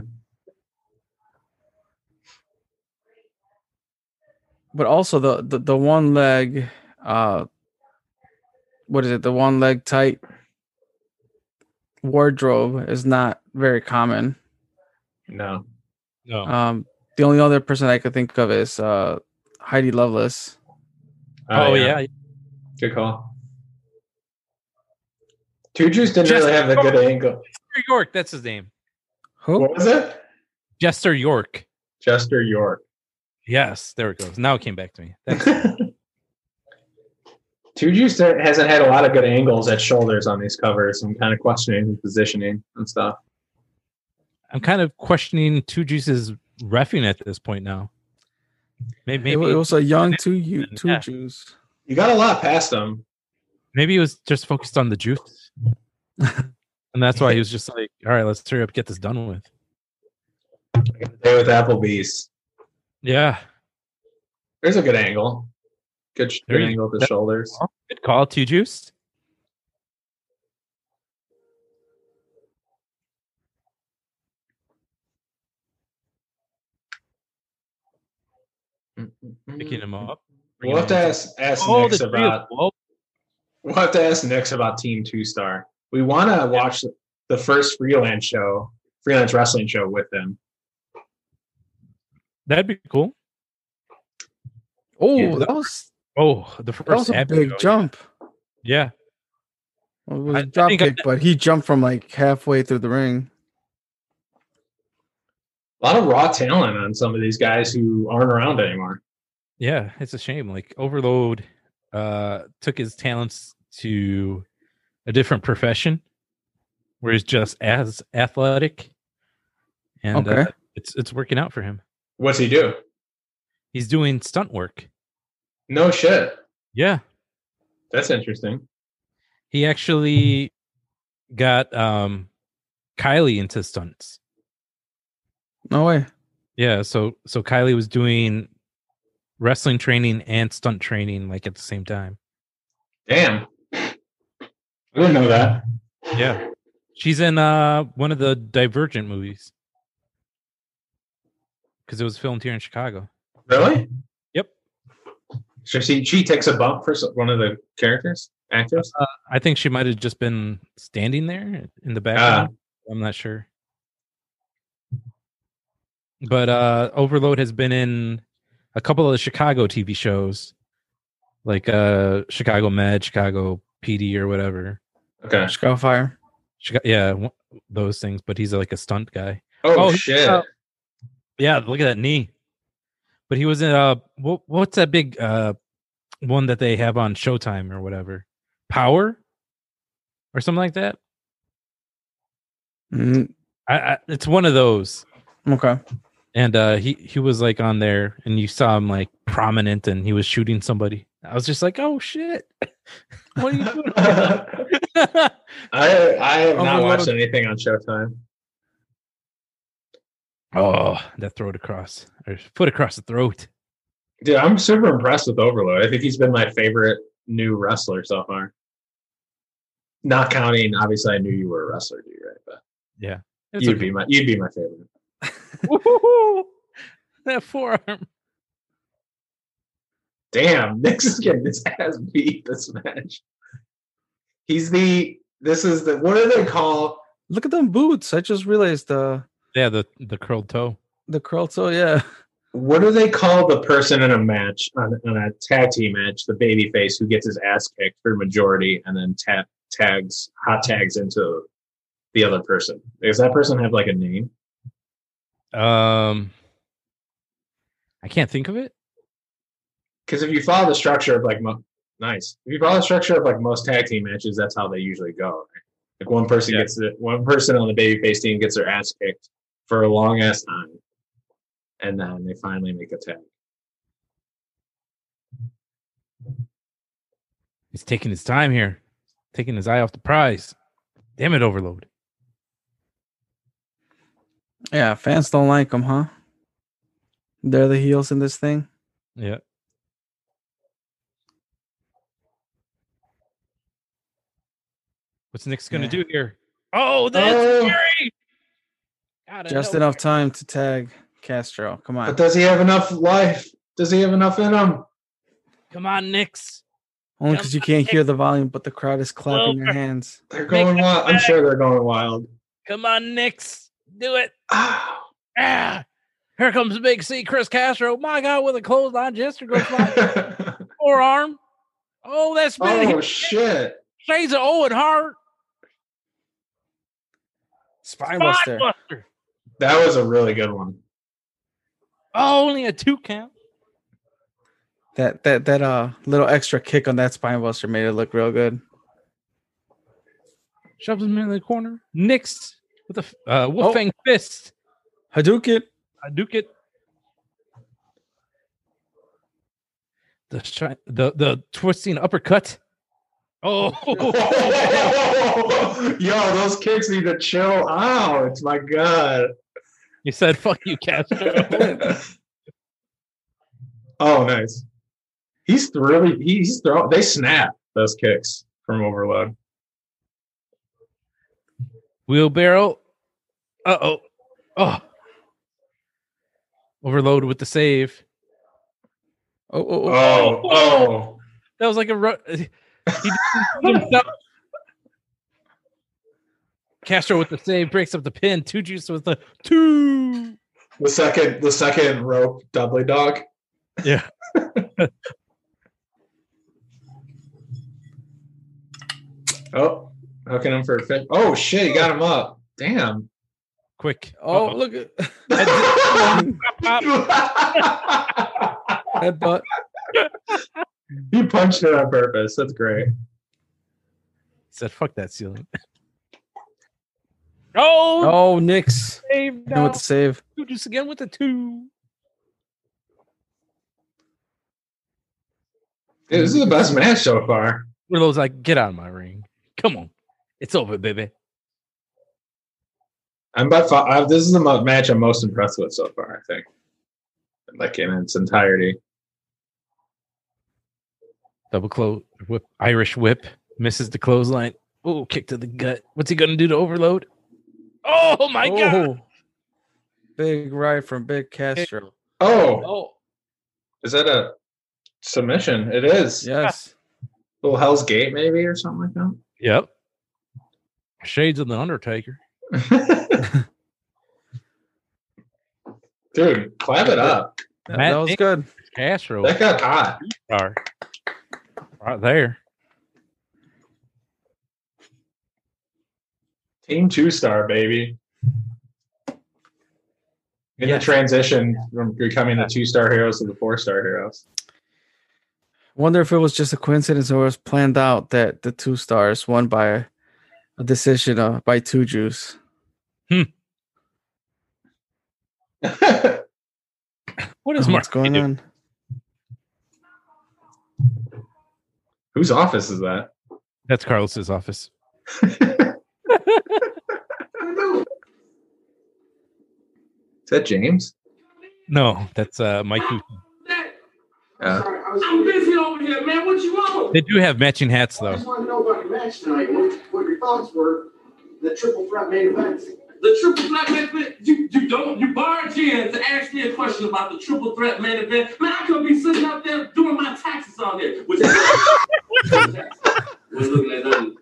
But also the, the, the one leg uh what is it, the one leg tight wardrobe is not very common.
No.
No.
Um the only other person I could think of is uh Heidi Lovelace.
oh yeah.
Good call. Two Jews didn't
Just-
really have a good angle.
Jester York, that's his name.
Who?
What was it?
Jester York.
Chester York.
Yes, there it goes. Now it came back to me. That's,
Two Jews don't- hasn't had a lot of good angles at shoulders on these covers. I'm kind of questioning his positioning and stuff.
I'm kind of questioning Two Juice's refing at this point now. Maybe
It,
maybe
wa- it was a young two you
Yeah.
two Jews.
You got a lot past him.
Maybe he was just focused on the juice. and that's why he was just like, all right, let's hurry up, get this done with.
Day with Applebee's.
Yeah.
There's a good angle. Good, sh-
There
good
you-
angle to
that-
shoulders.
Good call, two juice. Picking him up.
Mm-hmm. We'll have to ask, ask
Oh,
Nix
the
about.
three of-
We'll have to ask Nix about Team Two Star. We want to watch the first freelance show, freelance wrestling show with them.
That'd be cool.
Oh,
Yeah.
that was
Oh, the first
that was a
ab-
big
oh,
jump.
Yeah.
Well, it was
I-
a
I
drop
think I-
kick, but he jumped from like halfway through the ring.
A lot of raw talent on some of these guys who aren't around anymore.
Yeah. It's a shame. Like Overload uh took his talents to a different profession where he's just as athletic. And uh,
Okay.
it's it's working out for him.
What's he do?
He's doing stunt work.
No shit.
Yeah.
That's interesting.
he actually got um Kylie into stunts.
No way.
Yeah, so so Kylie was doing wrestling training and stunt training like at the same time.
Damn. I didn't know that.
Yeah. She's in uh one of the Divergent movies. Cuz it was filmed here in Chicago.
Really?
Yep.
So she she takes a bump for some- one of the characters, actors.
I think she might have just been standing there in the background. I'm not sure. But uh Overload has been in a couple of the Chicago TV shows, like uh Chicago Med, Chicago PD, or whatever.
Okay.
Chicago Fire.
Chica- yeah, one- those things. But he's like a stunt guy.
Oh,
he-
shit!
uh, yeah, look at that knee. But he was in uh, what, what's that big uh one that they have on Showtime or whatever? Power, or something like that.
Mm,
I, I it's one of those.
okay.
and uh he he was like on there and you saw him like prominent and he was shooting somebody i was just like oh shit what are you doing over
I I have not
Overload.
watched anything on Showtime.
Oh, that throat across or foot across the throat.
Dude, I'm super impressed with Overload. I think he's been my favorite new wrestler so far. Not counting, obviously, I knew you were a wrestler, dude, right? But
Yeah.
you'd be my you'd be my favorite.
Woo-hoo-hoo! that forearm.
Damn, Nick's is getting his ass beat this match. He's the this is the what do they call
Look at them boots. I just realized the
Yeah, the the curled toe.
the curl toe. Yeah,
what do they call the person in a match on, on a tag team match, the baby face who gets his ass kicked for majority and then tap tags hot tags into the other person? Does that person have like a name?
Um I can't think of it.
Because if you follow the structure of like mo- nice, if you follow the structure of like most tag team matches, that's how they usually go. Right? Like one person
Yeah.
gets the one person on the babyface team gets their ass kicked for a long ass time, and then they finally make a tag.
He's taking his time here. Taking his eye off the prize. Damn it, overload.
yeah. Fans don't like them, huh? They're the heels in this thing.
Yeah. What's Nick's gonna
Yeah.
do here? Oh, that's
Oh.
scary. Out of
Just
nowhere.
enough time to tag Castro. Come on.
But does he have enough life? Does he have enough in him?
Come on, Nick's.
Only because you can't hear the volume, but the crowd is clapping their
Over.
hands.
They're going
it
wild. I'm
back.
sure they're going wild.
Come on, Nick's. Do it.
Ah.
Ah, here comes Big C, Chris Castro. My God, with a clothesline gesture goes my forearm. Oh, that's spinning.
oh shit!
Shades of Owen Hart.
Spinebuster.
Spinebuster.
That was a really good one.
Oh, only a two count.
That that that uh little extra kick on that spinebuster made it look real good.
Shoves him in the corner. Nixed with a f- uh, wolfang fist.
Hadouken.
I duke it. The, shi- the the twisting uppercut. Oh,
Yo, those kids need to chill out. My God.
he said, "Fuck you, Castro."
oh, nice. He's really he's throwing. They snap those kicks from overload.
Wheelbarrow. Uh oh. Oh. Overload with the save.
Oh, oh, oh.
Oh, oh.
That was like a. Ru- he didn't himself. Castro with the save breaks up the pin. Two juice with the two.
The second, the second rope doubly dog.
Yeah.
Oh, hooking him for a fifth. Oh shit, he got him up. Damn.
Quick.
Oh,
Uh-oh.
look at
he
that butt.
punched it on purpose. That's great.
He said, fuck that ceiling. Oh,
Oh, Nix.
save
You know
down.
what to save.
Two juice again with the two.
Dude, this is the best match so far.
One of those like, get out of my ring. Come on. It's over, baby.
I'm by far. I, this is the mo- match I'm most impressed with so far. I think, like in its entirety.
Double clo whip, Irish whip, misses the clothesline. Oh, kick to the gut. What's he gonna do to overload? Oh my god!
Oh. Big right from Big Castro.
Oh,
Oh,
is that a submission? It is.
Yes.
Little Hell's Gate, maybe, or something like that.
yep. Shades of the Undertaker.
Dude, clap it up.
That,
Matt
that was
Nix.
good.
Castro
That got hot.
are right there.
Team two star, baby. In
Yes.
the transition from becoming the two star heroes to the four star heroes.
Wonder if it was just a coincidence or it was planned out that the two stars won by a decision uh, by two juice.
What is
What's
Mark
going
doing?
on?
Whose office is that?
That's Carlos's office.
I don't know.
Is that James?
No, that's uh, Mike. Houston.
Uh,
Sorry, I was.
I'm busy over here, man. What you want?
They do have matching hats
I
though.
just want to know about your match tonight. What, what your thoughts were? The triple threat main event.
The triple threat main event. You you don't you barge in to ask me a question about the triple threat main event. Man, I could be sitting out there doing my taxes on here, which is we're looking at nothing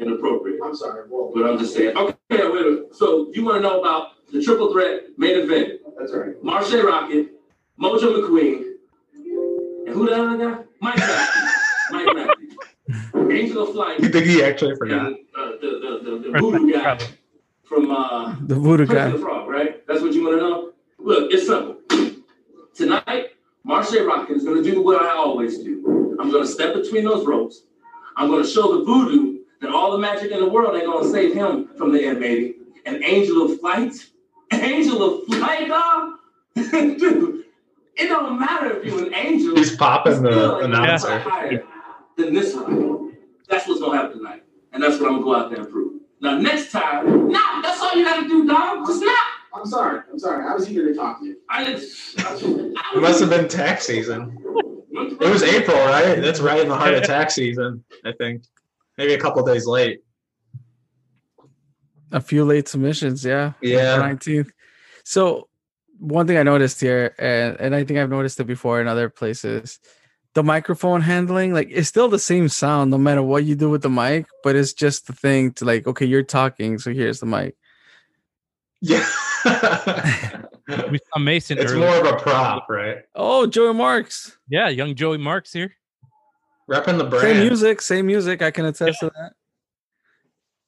inappropriate.
I'm sorry. Well,
But I'm just saying. Okay, wait a minute. So you want to know about the triple threat main event?
that's all right.
Marche Rocket, Mojo McQueen, and who the other guy? Mike Matthews. Mike Matthews. Angel of Flight.
You think he actually forgot?
And, uh, the, the, the, the voodoo guy from uh,
The voodoo
Prince of
guy.
the Frog, right? That's what you want to know? Look, it's simple. Tonight, Marche Rocket is going to do what I always do. I'm going to step between those ropes. I'm going to show the voodoo that all the magic in the world ain't going to save him from the end, baby. An angel of flight? Angel of flight, dog? Dude, it don't matter if you're an angel.
He's popping the announcer.
Higher than this one. That's what's gonna happen tonight, and that's what I'm gonna go out there and prove. Now next time, nah, that's all you gotta do, dog. Just not.
I'm sorry. I'm sorry. I was eager to talk to you.
I just. I was-
It must have been tax season. It was April, right? That's right in the heart of tax season, I think. Maybe a couple days late.
A few late submissions, yeah.
Yeah.
Nineteenth. So one thing I noticed here, and, and I think I've noticed it before in other places, the microphone handling, like it's still the same sound no matter what you do with the mic, but it's just the thing to like, okay, you're talking, so here's the mic.
Yeah.
We saw Mason.
it's
earlier.
more of a prop, right?
Oh, Joey Marks.
Yeah, young Joey Marks here.
Repping the
Same
brand.
music, same music. I can attest to that.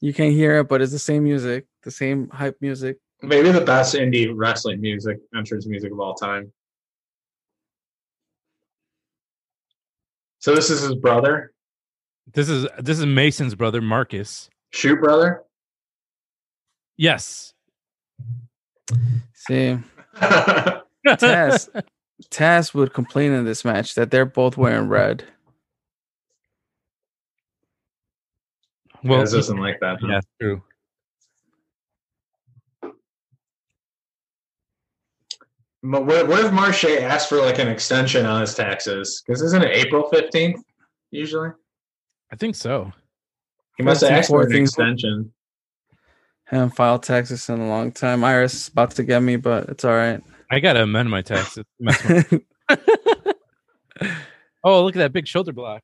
You can't hear it, but it's the same music, the same hype music.
Maybe the best indie wrestling music, entrance music of all time. So this is his brother,
This is this is Mason's brother Marcus.
Shoot Brother.
Yes.
Same. Taz, Taz would complain in this match that they're both wearing red.
well,
well,
this isn't like that. huh?
yeah, true.
But what, what if Marche asked for like an extension on his taxes? Because isn't it April 15th usually?
I think so.
He must have asked for an
14th.
extension.
Haven't filed taxes in a long time. Iris is about to get me, but it's all right.
I gotta amend my taxes. Mess with- oh, look at that big shoulder block.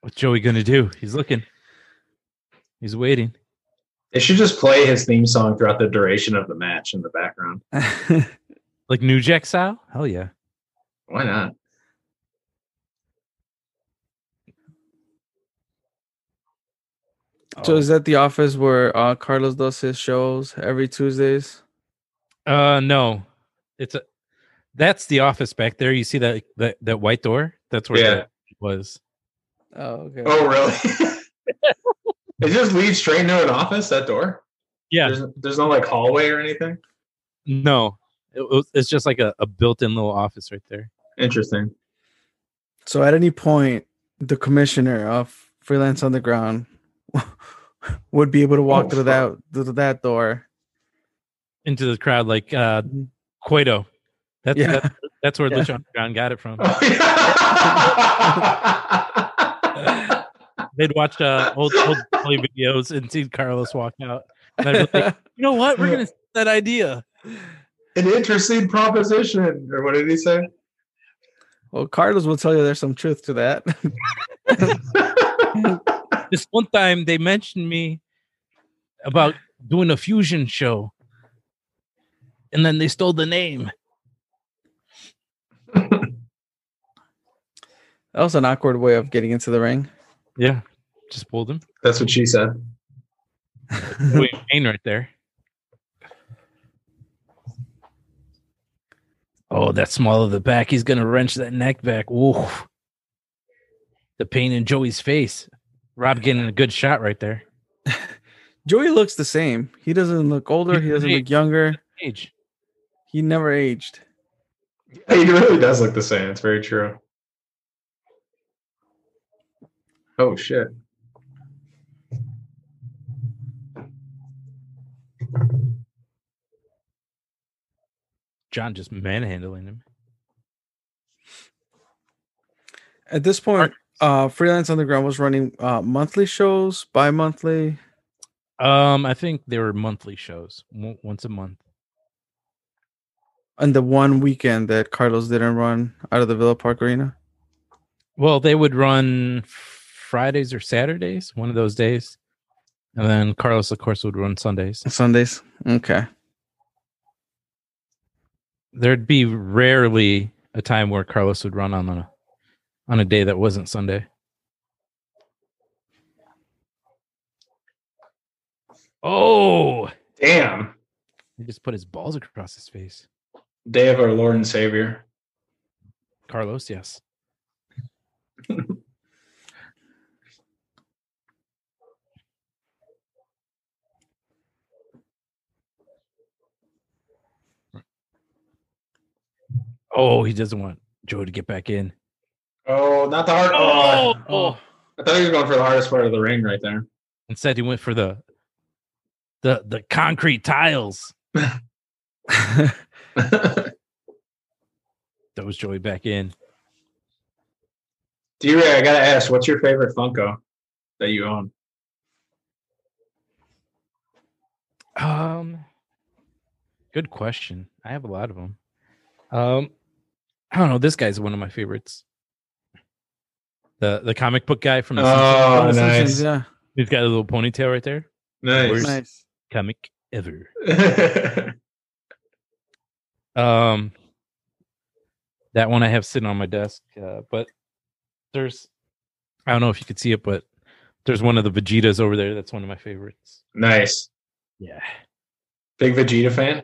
What's Joey gonna do? He's looking. He's waiting.
They should just play his theme song throughout the duration of the match in the background.
Like New Jack style? Hell yeah.
Why not?
so is that the office where uh, Carlos does his shows every Tuesdays?
Uh no. It's a that's the office back there. You see that that, that white door? That's where
Yeah.
that was.
Oh, okay.
Oh, really? it just leads straight into an office, that door?
Yeah.
There's, there's no like hallway or anything?
No. It was, it's just like a, a built-in little office right there.
Interesting.
So at any point, the commissioner of Freelance Underground would be able to walk
Oh,
through that through that door.
Into the crowd like uh Cueto. That's
Mm-hmm. Yeah.
that's, that's where
Yeah.
Lucha Underground got it from.
Oh, yeah.
They'd watch uh, old old play videos and see Carlos walk out. And I'd be like, you know what? We're gonna steal that idea.
an interesting proposition. Or what did he say?
well, Carlos will tell you there's some truth to that.
This one time they mentioned me about doing a fusion show, and then they stole the name.
that was an awkward way of getting into the ring.
Yeah, just pulled him.
That's what she said.
William Payne right there. Oh, that small of the back. He's gonna wrench that neck back. Woo. The pain in Joey's face. Rob getting a good shot right there.
Joey looks the same. He doesn't look older. He doesn't look younger.
Age.
He never aged.
He really does look the same. It's very true. Oh shit.
John just manhandling him.
At this point, uh, Freelance Underground was running uh, monthly shows, bi monthly.
Um, I think they were monthly shows, mo- once a month.
And the one weekend that Carlos didn't run out of the Villa Park Arena.
Well, they would run Fridays or Saturdays, one of those days. And then Carlos, of course, would run Sundays.
Sundays. Okay.
There'd be rarely a time where Carlos would run on a on a day that wasn't Sunday. Oh,
Damn.
he just put his balls across his face.
Day of our Lord and Savior.
Carlos, yes. oh, he doesn't want Joe to get back in.
Oh, not the hard. Oh,
Oh,
I thought he was going for the hardest part of the ring right there.
Instead, he went for the the the concrete tiles. That was Joey back in.
D Ray, I gotta ask, what's your favorite Funko that you own?
Um, good question. I have a lot of them. Um, I don't know. This guy's one of my favorites. The the comic book guy from the Simpsons.
Oh,
The Simpsons,
nice,
Yeah.
he's got a little ponytail right there.
nice.
Nice.
Comic ever.
That's
Um, that one I have sitting on my desk. Uh, but there's, I don't know if you could see it, but there's one of the Vegetas over there. That's one of my favorites.
nice.
Yeah.
Big Vegeta fan.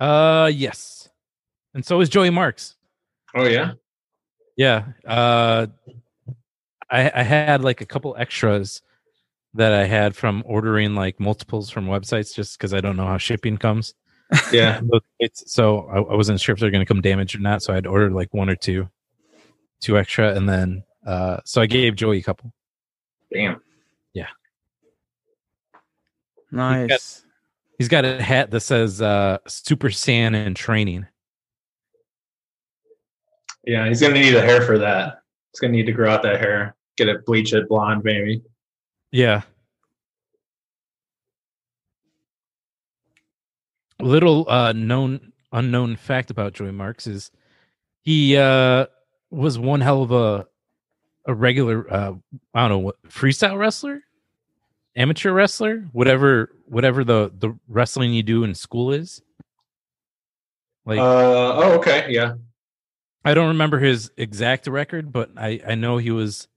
Uh, yes. And so is Joey Marks.
Oh yeah.
Yeah. Uh I I had like a couple extras that I had from ordering like multiples from websites just because I don't know how shipping comes.
Yeah.
It's, so I, I wasn't sure if they're gonna come damaged or not. So I'd ordered like one or two, two extra, and then uh so I gave Joey a couple.
Damn.
Nice.
He's got a hat that says uh Super Saiyan in training.
Yeah, he's gonna need a hair for that. He's gonna need to grow out that hair. Get it, bleach it blonde, baby.
Yeah. Little uh known unknown fact about Joey Marks is he uh was one hell of a a regular uh I don't know what freestyle wrestler, amateur wrestler, whatever whatever the the wrestling you do in school is. Like
Uh, oh, okay. Yeah.
I don't remember his exact record, but I I know he was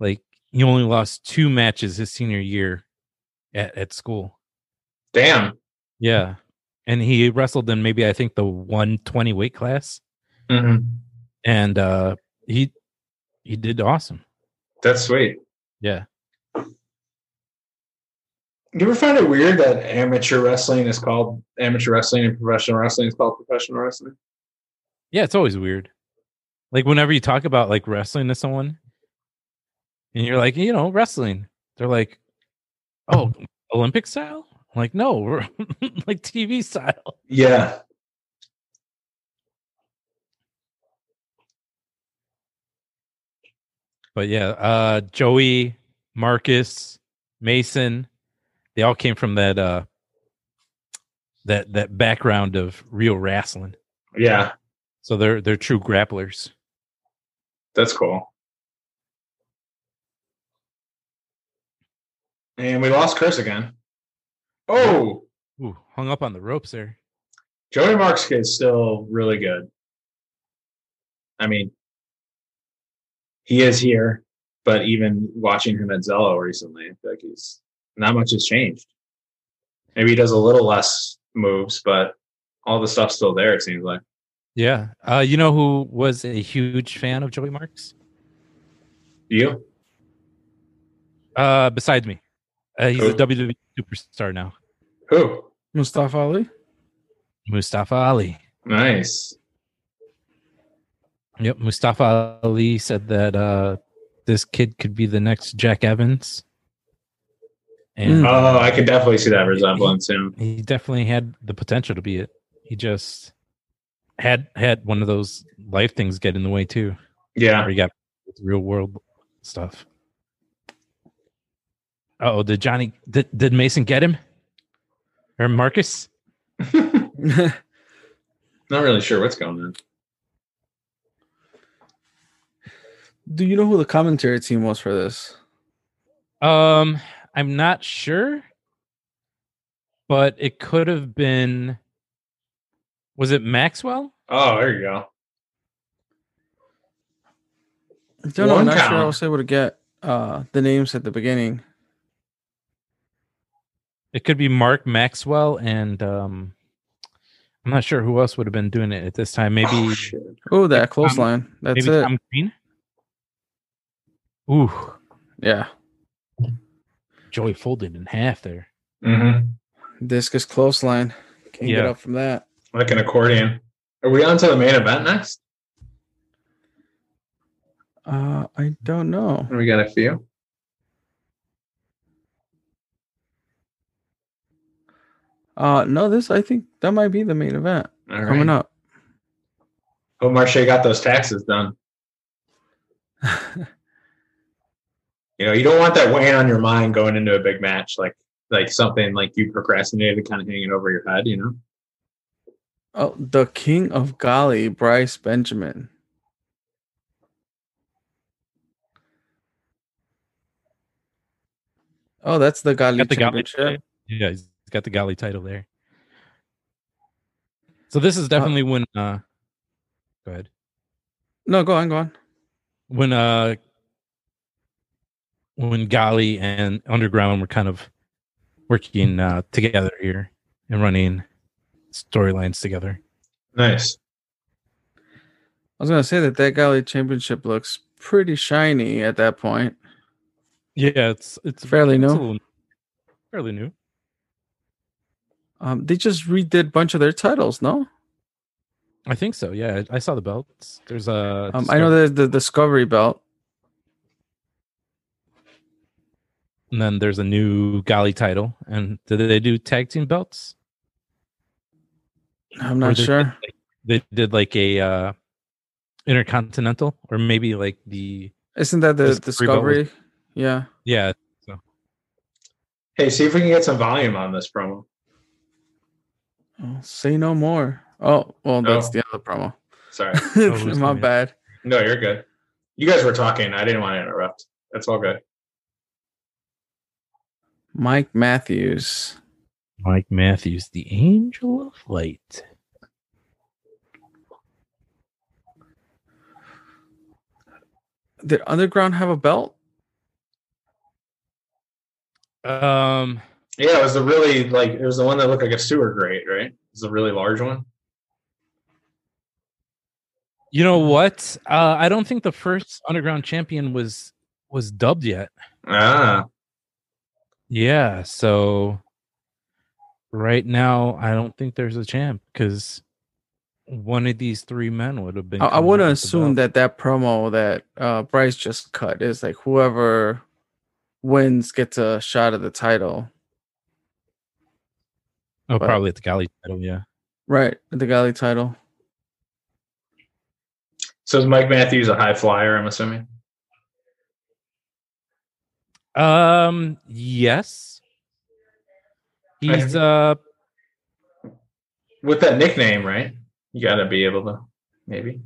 like he only lost two matches his senior year at at school.
Damn.
Yeah. And he wrestled in maybe I think the 120 weight class
hmm
and uh he he did awesome.
That's sweet.
Yeah.
You ever find it weird that amateur wrestling is called amateur wrestling and professional wrestling is called professional wrestling?
Yeah, it's always weird. Like whenever you talk about like wrestling to someone and you're like, you know, wrestling. They're like, "Oh, Olympic style?" I'm like, "No, we're like TV style."
Yeah.
But yeah, uh Joey, Marcus, Mason, they all came from that uh that that background of real wrestling.
Yeah.
So they're they're true grapplers.
That's cool. And we lost Chris again. Oh,
Ooh, hung up on the ropes there.
Joey Marks is still really good. I mean, he is here, but even watching him at Zello recently, I feel like he's not much has changed. Maybe he does a little less moves, but all the stuff's still there, it seems like.
Yeah. Uh, you know who was a huge fan of Joey Marks?
You?
Uh, besides me, uh, he's
Who?
a WWE superstar now.
Who?
Mustafa Ali.
Mustafa Ali.
Nice.
Yep. Mustafa Ali said that uh, this kid could be the next Jack Evans. and
Oh, I could definitely see that resemblance. Yeah.
he definitely had the potential to be it. He just had had one of those life things get in the way too,
Yeah.
where he got with real world stuff. Oh, did Johnny did, did Mason get him? Or Marcus?
Not really sure what's going on.
Do you know who the commentary team was for this?
Um, I'm not sure, but it could have been. Was it Maxwell?
Oh, there you go.
I don't know.
One
I'm not sure I
count.
was able to get uh, the names at the beginning.
It could be Mark Maxwell and um I'm not sure who else would have been doing it at this time. Maybe
Oh, shit.
Oh, that close
Tom-
line. That's
maybe
it.
Tom Green. Ooh,
Yeah.
Joey folded in half there.
Mm-hmm.
Discus close line. Can't get
Yeah.
up from that.
Like an accordion. Are we on to the main event next?
Uh, I don't know.
We got a few.
Uh, no, this I think that might be the main event
All right.
coming up.
Hope Marche got those taxes done. You know, you don't want that weighing on your mind going into a big match, like like something like you procrastinated, kind of hanging over your head. You know.
oh, the king of golly, Bryce Benjamin. Oh, that's the golly
Got the golly
championship.
title. Yeah, he's got the golly title there. So this is definitely when uh go ahead.
No, go on, go on.
When uh when Golly and Underground were kind of working uh together here and running storylines together.
Nice.
I was gonna say that that golly championship looks pretty shiny at that point.
Yeah, it's it's
Fairly
it's a
new.
little- fairly new.
Um, they just redid a bunch of their titles, no?
I think so. Yeah, I, I saw the belts. There's a.
Um, I know there's the Discovery Belt.
and then there's a new Golly title. And did they do tag team belts?
I'm
Or
not
they did,
sure.
like- they did like a uh, intercontinental, or maybe like the
Isn't that the
Discovery
Discovery? Yeah.
yeah.
Hey, see if we can get some volume on this promo.
Oh, say no more. Oh, well, that's
Oh.
the other promo.
Sorry.
who's
My
coming?
bad.
No, you're good. You guys were talking. I didn't want to interrupt. That's all good.
Mike Matthews.
Mike Matthews, the Angel of Light.
Did Underground have a belt?
Um,
Yeah, it was the really like it was the one that looked like a sewer grate, right? It was a really large one.
you know what? Uh, I don't think the first Underground champion was was dubbed yet.
Ah,
Yeah, so right now I don't think there's a champ because one of these three men would have been.
I, I
coming
would
out with the
assume
belt.
that that promo that uh, Bryce just cut is like whoever wins gets a shot at the title.
Oh,
but-
probably at the Galley title. Yeah,
Right. The Golly title.
so is Mike Matthews a high flyer? I'm assuming.
Um. Yes.
I
He's uh.
With that nickname, right? You got to be able to, maybe.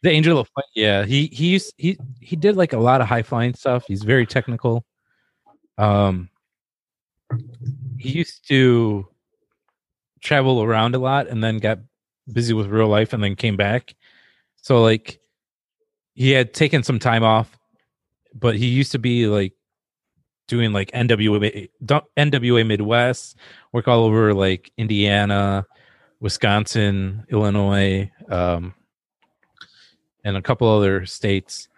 The angel of Flight, yeah. He he used he he did like a lot of high flying stuff. He's very technical. Um, he used to travel around a lot and then got busy with real life and then came back. So like, he had taken some time off, but he used to be like doing like NWA NWA Midwest work all over like Indiana, Wisconsin, Illinois. Um, and a couple other states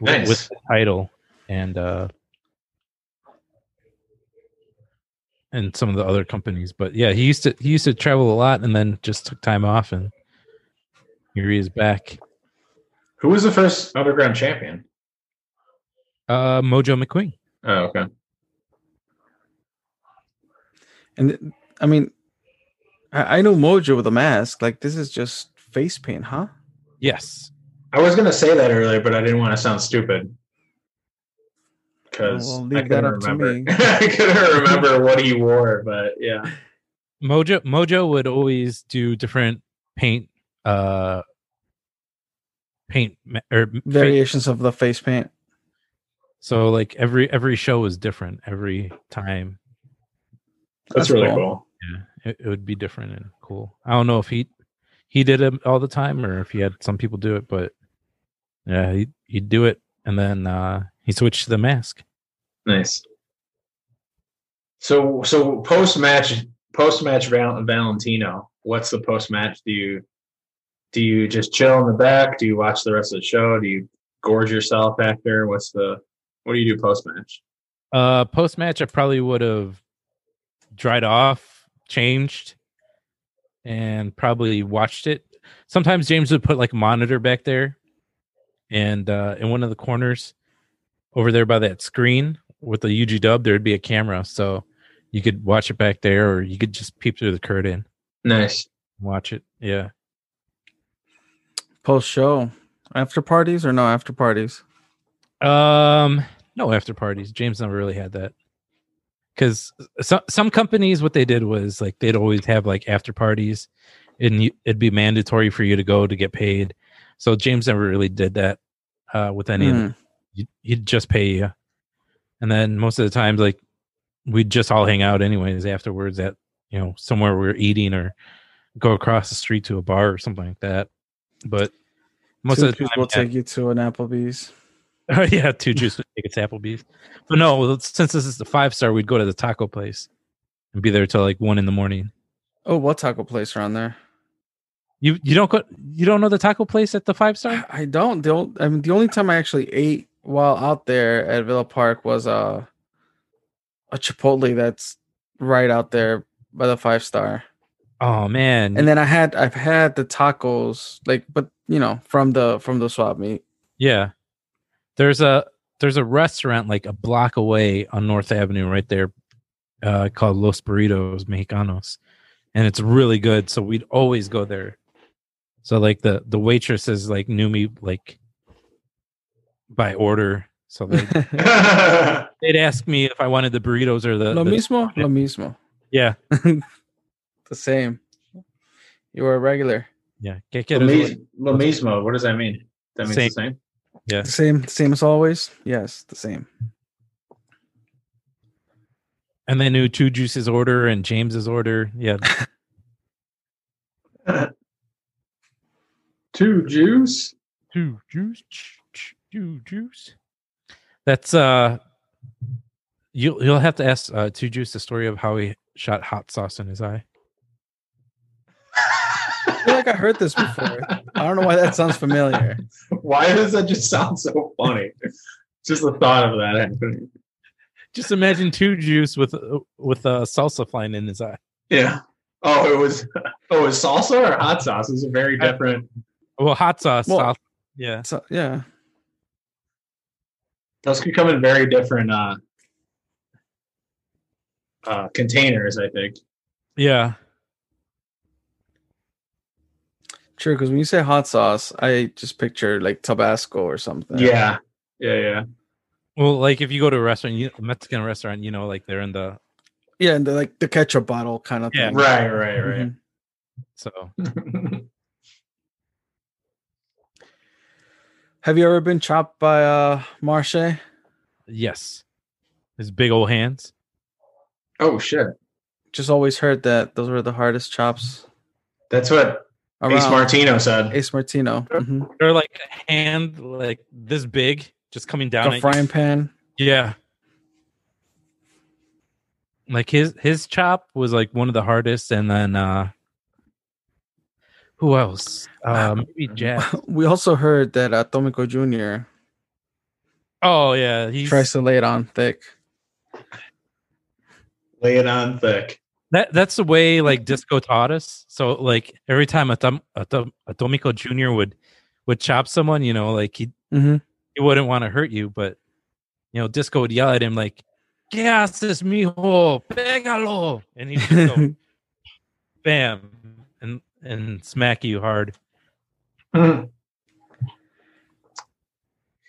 wi-
Nice.
with the title and uh and some of the other companies but yeah he used to he used to travel a lot and then just took time off and here he is back
Who was the first underground champion?
uh mojo mcqueen
Oh, okay.
And th- I mean, I, I know Mojo with a mask. Like this is just face paint, huh?
Yes.
I was gonna say that earlier, but I didn't want to sound stupid. Because I
Well, leave that
couldn't
up to
remember.
me.
I couldn't remember what he wore, but yeah.
Mojo Mojo would always do different paint uh paint ma- or m- paint.
Variations of the face paint.
so like every every show was different every time.
That's,
That's
really
cool.
cool.
Yeah, it, it would be different and cool. I don't know if he he did it all the time or if he had some people do it, but yeah, he he'd do it and then uh he switched to the mask.
Nice. So so post match post match Val- Valentino. What's the post match? Do you do you just chill in the back? Do you watch the rest of the show? Do you gorge yourself after? What's the what do you do post match?
Uh, post match, I probably would have dried off, changed, and probably watched it. Sometimes James would put like a monitor back there, and uh, in one of the corners over there by that screen with the UG dub, there'd be a camera, so you could watch it back there, or you could just peep through the curtain and
Nice.
watch it. Yeah,
Post show, after parties or no after parties?
um, no after parties. James never really had that. because some some companies what they did was like they'd always have like after parties and you, it'd be mandatory for you to go to get paid so james never really did that uh with any of
Hmm.
them. You- he'd just pay you and then most of the times like we'd just all hang out anyways afterwards at you know somewhere we are eating or go across the street to a bar or something like that but most
Two
of the
people
time
will
yeah.
take you to an Applebee's.
Oh yeah, two juice would take it to Applebee's. But no, since this is the five star, we'd go to the taco place and be there till like one in the morning.
Oh, what taco place around there?
You you don't go you don't know the taco place at the five star?
I don't. The only, I mean, the only time I actually ate while out there at Villa Park was uh, a Chipotle that's right out there by the five star.
Oh man.
And then I had I've had the tacos like, but you know, from the from the swap meet.
yeah. There's a there's a restaurant like a block away on North Avenue right there, uh called Los Burritos Mexicanos. And it's really good. So we'd always go there. So like the the waitresses like knew me like by order. So like
nice.
they'd ask me if I wanted the burritos or the,
lo
the-
mismo, lo mismo,
yeah
the same. You were a regular,
yeah get
Lo
get
mis- lo mismo. What does that mean? That means
Same.
the same.
yeah
the same, same as always. Yes, the same.
and they knew two juices order and James's order yeah
Two Jews.
two juice ch- ch- two juice that's uh you'll you'll have to ask uh two juice the story of how he shot hot sauce in his eye
I feel like I heard this before. I don't know why that sounds familiar.
Why does that just sound so funny? just the thought of that happening.
just imagine two juice with uh, with uh, salsa flying in his eye
Yeah. Oh, it was oh, it was salsa or hot sauce. It was a very
I-
different.
well hot sauce
Well-
salsa. yeah
So yeah,
Those could come in very different uh, uh, containers, I think.
yeah
True, because when you say hot sauce, I just picture like Tabasco or something.
Yeah. Yeah. Yeah.
well like if you go to a restaurant you, a Mexican restaurant you know like they're in the
yeah, and the, like the ketchup bottle kind of
Yeah.
thing. Mm-hmm.
Right. Right.
Mm-hmm. so
Right.
Have you ever been chopped by uh Marche?
yes his big old hands
oh shit!
Just always heard that those were the hardest chops
That's what
Oh,
around.
Ace Martino said.
Ace Martino, mhm.
they're like a hand like this big just coming
Like
down at
a
you.
frying pan.
yeah like his his chop was like one of the hardest and then uh who else
Ah,
uh maybe jazz
We also heard that uh, Tomiko Jr.
oh yeah he's
tries to lay it on thick.
Lay it on thick.
that that's the way like disco taught us so like every time Atom, Atom, atomico jr would would chop someone you know like he
Mhm.
he wouldn't want to hurt you, but you know, Disco would yell at him like, ¿Qué haces, mijo? Pégalo. And he just go, bam, and, and smack you hard.
Mm-hmm.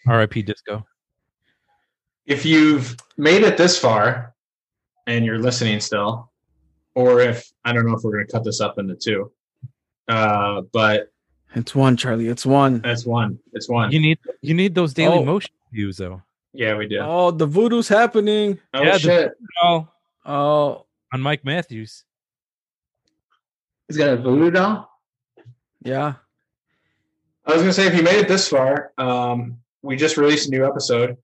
RIP Disco.
if you've made it this far and you're listening still, or if I don't know if we're going to cut this up into two, uh, but
It's one, Charlie. It's one.
that's one. It's one.
You need you need those daily
Oh.
motion views though.
yeah, we did. Oh,
Oh, the voodoo's happening.
yeah, the-
shit.
Oh,
Oh,
on Mike Matthews.
He's got a voodoo doll.
yeah.
I was gonna say if you made it this far, um, we just released a new episode,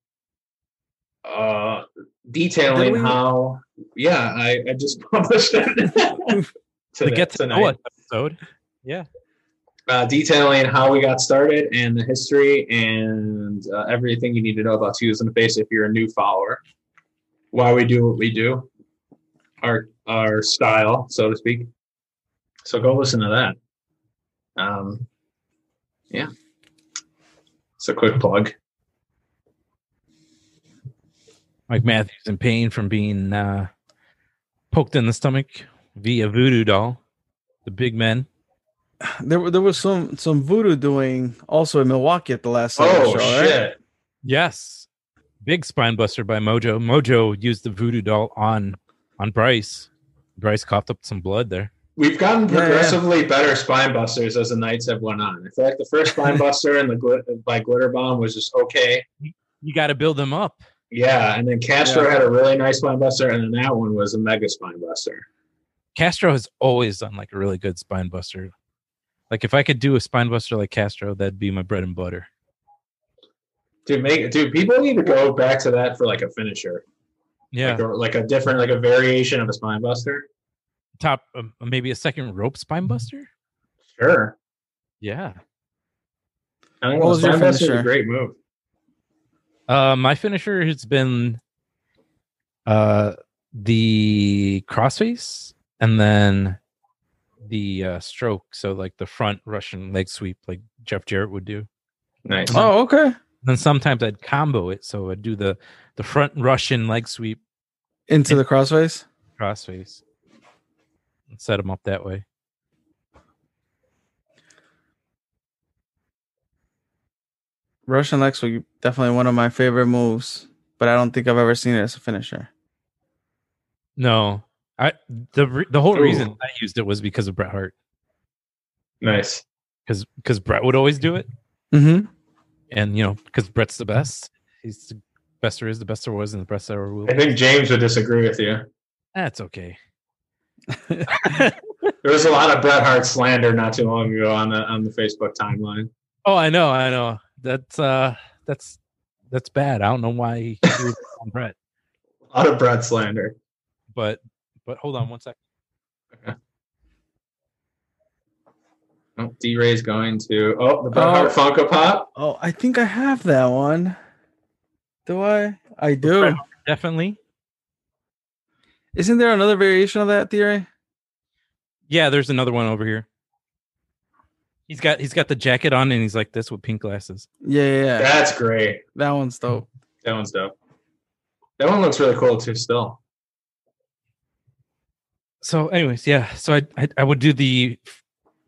uh, detailing
Did we-
how. Yeah, I, I just published it.
The
today-
Get to
tonight.
Know Us episode.
uh, detailing how we got started and the history and uh, everything you need to know about Tuesdays in the Face if you're a new follower. Why we do what we do, our our style, so to speak. So go listen to that. Um, yeah, it's a quick plug.
Mike Matthews in pain from being uh, poked in the stomach via voodoo doll. The big men.
There, were- there was some some voodoo doing also in Milwaukee at the last summer
Oh
show, right?
shit!
Yes. Big spine buster by Mojo. Mojo used the voodoo doll on on Bryce. Bryce coughed up some blood there.
We've gotten
Yeah, yeah.
progressively better spine busters as the nights have went on. I feel like the first spine buster and the glit- by glitter bomb was just okay.
You got to build them up.
Yeah, and then Castro
Yeah.
had a really nice spine buster, and then that one was a mega spine buster.
Castro has always done like a really good spine buster. Like if I could do a spine buster like Castro, that'd be my bread and butter.
Dude, make dude, people need to go back to that for like a finisher,
Yeah,
like, a, like a different, like a variation of a spine buster.
top um, maybe a second rope spine buster.
Sure,
Yeah.
I think
What
the
was your
spine buster is a
finisher?
great move.
Uh, my finisher has been uh, the crossface and then the uh, stroke. So like the front Russian leg sweep, like Jeff Jarrett would do.
Nice.
Oh, okay.
And then sometimes I'd combo it, so I'd do the the front Russian leg sweep
Into the crossface.
crossface and set them up that way.
Russian Lex were definitely one of my favorite moves, but I don't think I've ever seen it as a finisher.
No, I the re- the whole
Ooh.
reason I used it was because of Bret Hart,
Nice.
because because Bret would always do it.
Mm-hmm.
and you know because Brett's the best. He's the best there is, the best there was, and the best there ever will.
I
be.
think James would disagree with you.
That's okay.
There was a lot of Bret Hart slander not too long ago on the on the Facebook timeline.
Oh, I know, I know. That's uh, that's that's bad. I don't know why he he was on Brett,
A lot of Bret slander.
but but hold on one second.
Oh, D Ray's going to oh the Bret
Oh.
Hart Funko Pop.
Oh, I think I have that one. Do I? I do.
Definitely.
Isn't there another variation of that theory?
Yeah, there's another one over here. He's got he's got the jacket on and he's like this with pink glasses.
Yeah, yeah, yeah.
That's great.
that one's dope.
That one's dope. That one looks really cool too. Still.
So, anyways, yeah. So I I, I would do the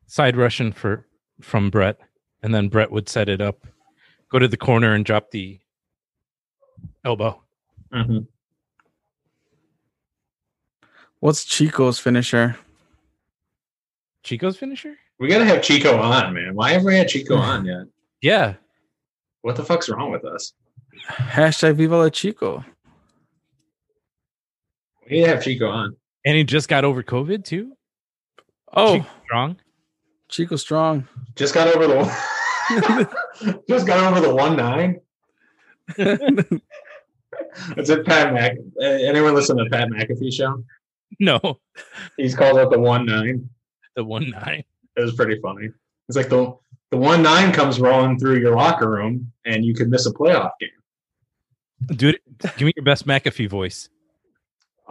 side Russian for from Brett, and then Brett would set it up, go to the corner and drop the elbow.
Mm-hmm.
What's Chico's finisher?
Chico's finisher?
We gotta have Chico on, man. Why haven't we had Chico on yet?
Yeah.
What the fuck's wrong with us?
Hashtag Viva la Chico.
We need to have Chico on.
And he just got over COVID too.
Oh,
Chico strong.
Chico strong.
Just got over the just got over the one nine. It's a Pat Mc. uh, Anyone listen to the Pat McAfee show?
No,
He's called out the one nine.
the one nine.
It was pretty funny. It's like the the one nine comes rolling through your locker room, and you could miss a playoff game.
Dude, give me your best McAfee voice.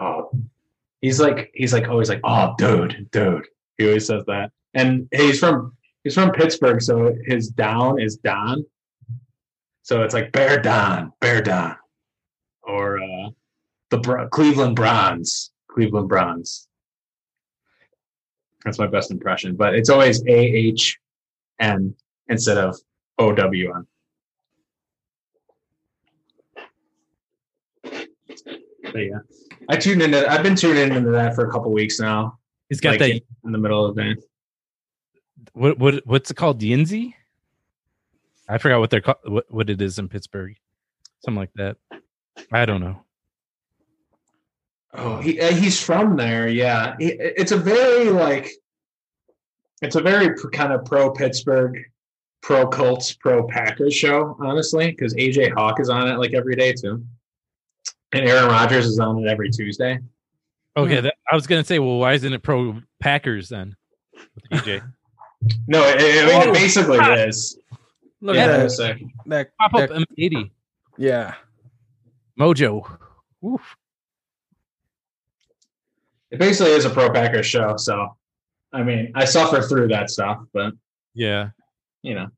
oh he's like he's like always like oh dude dude he always says that and he's from he's from pittsburgh so his down is don so it's like bear don bear don or uh the Bro- Cleveland Browns. Cleveland Browns. That's my best impression, but it's always A H N instead of O W N. But yeah, I tuned into. I've been tuning into that for a couple weeks now.
He's got
like
that.
in, in the middle of the day.
What what what's it called? Yinzy? I forgot what they're called. What, what it is in Pittsburgh? Something like that. I don't know.
Oh, he uh, he's from there. Yeah, He- it's a very like, it's a very pr- kind of pro Pittsburgh, pro Colts, pro Packers show. Honestly, because AJ Hawk is on it like every day too, and Aaron Rodgers is on it every Tuesday.
Okay, that, I was gonna say, well, why isn't it pro Packers then? With AJ,
No, I- I mean
Oh,
it basically
God.
is.
Look
yeah,
at
so-
that.
pop
that,
up
that
M eighty
yeah.
Mojo. Oof.
it basically is a pro Packers show. So, I mean, I suffer through that stuff, but
Yeah,
you know,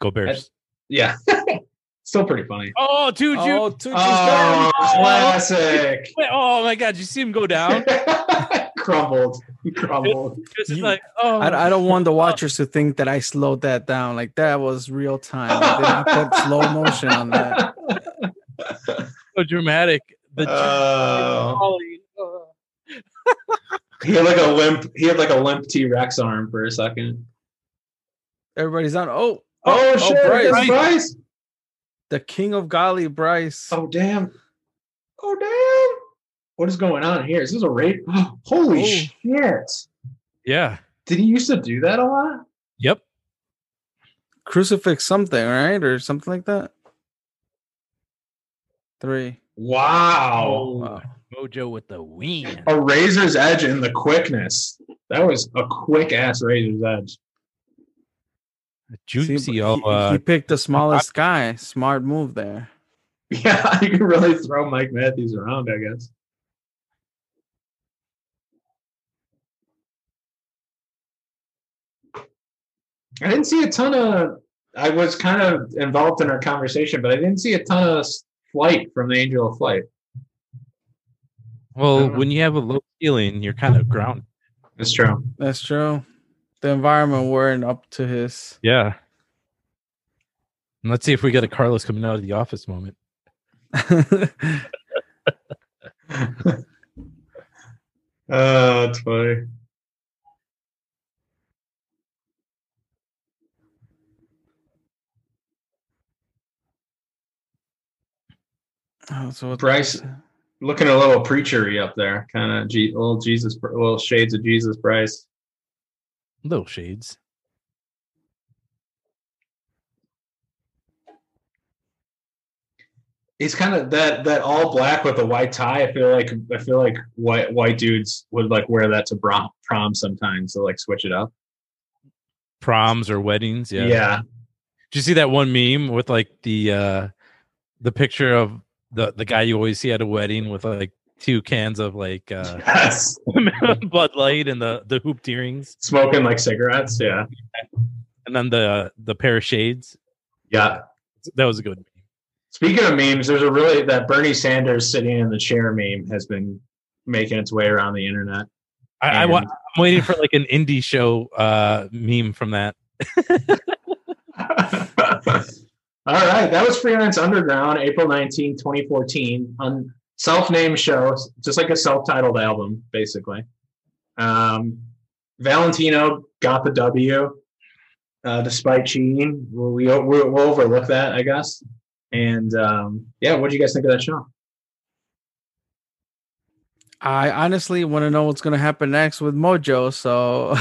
go Bears.
yeah, still pretty funny.
Oh, two
Oh, Tutu's
Oh,
gone.
classic.
Oh my God, you see him go down?
crumbled. He crumbled.
It's
You-
like, oh,
I, I don't want the watchers to think that I slowed that down. Like that was real time. I did not put slow motion on that.
so dramatic. The
Oh.
falling. Oh.
he had like a limp. He had like a limp T Rex arm for a second.
Everybody's on. Oh,
Oh, shit!
Bryce.
that's Bryce.
the king of golly, Bryce.
Oh damn! Oh damn! What is going on here? Is this a rape? Holy
Oh.
shit!
yeah.
Did he used to do that a lot?
Yep.
Crucifix something, right, or something like that. Three.
Wow!
Wow.
Mojo with the wing.
A razor's edge in the quickness. That was a quick ass razor's edge.
Juicy.
See, he,
all, uh,
he picked the smallest guy. Smart move there.
Yeah, you can really throw Mike Matthews around, I guess. I didn't see a ton of. I was kind of involved in our conversation, but I didn't see a ton of s- flight from the Angel of Flight. I
well,
don't know.
when you have a low ceiling, you're kind of grounded.
That's true.
That's true. The environment weren't up to his.
Yeah. And let's see if we get a Carlos coming out of the office moment.
Oh,
Uh, that's funny.
Oh, so what-
Bryce. Looking a little preachery up there, kind of G- little Jesus, little shades of Jesus Christ.
Little shades.
He's kind of that that all black with a white tie. I feel like I feel like white white dudes would like wear that to prom, prom sometimes to like switch it up.
Proms or weddings. Yeah.
yeah,
Did you see that one meme with like the uh the picture of the the guy you always see at a wedding with like two cans of like uh
yes.
Bud Light and the the hooped earrings
Smoking like cigarettes. Yeah,
and then the the pair of shades?
yeah.
That was a good meme.
Speaking of memes, there's a really that Bernie Sanders sitting in the chair meme has been making its way around the internet.
I, I
And-
wa- I'm waiting for like an indie show uh meme from that.
All right, that was Freelance Underground, April 19, 2014, on self-named show, just like a self-titled album, basically. Um, Valentino got the W, uh, despite cheating. We'll, we, we'll, we'll overlook that, I guess. And um, yeah, what do you guys think of that show?
I honestly want to know what's going to happen next with Mojo. So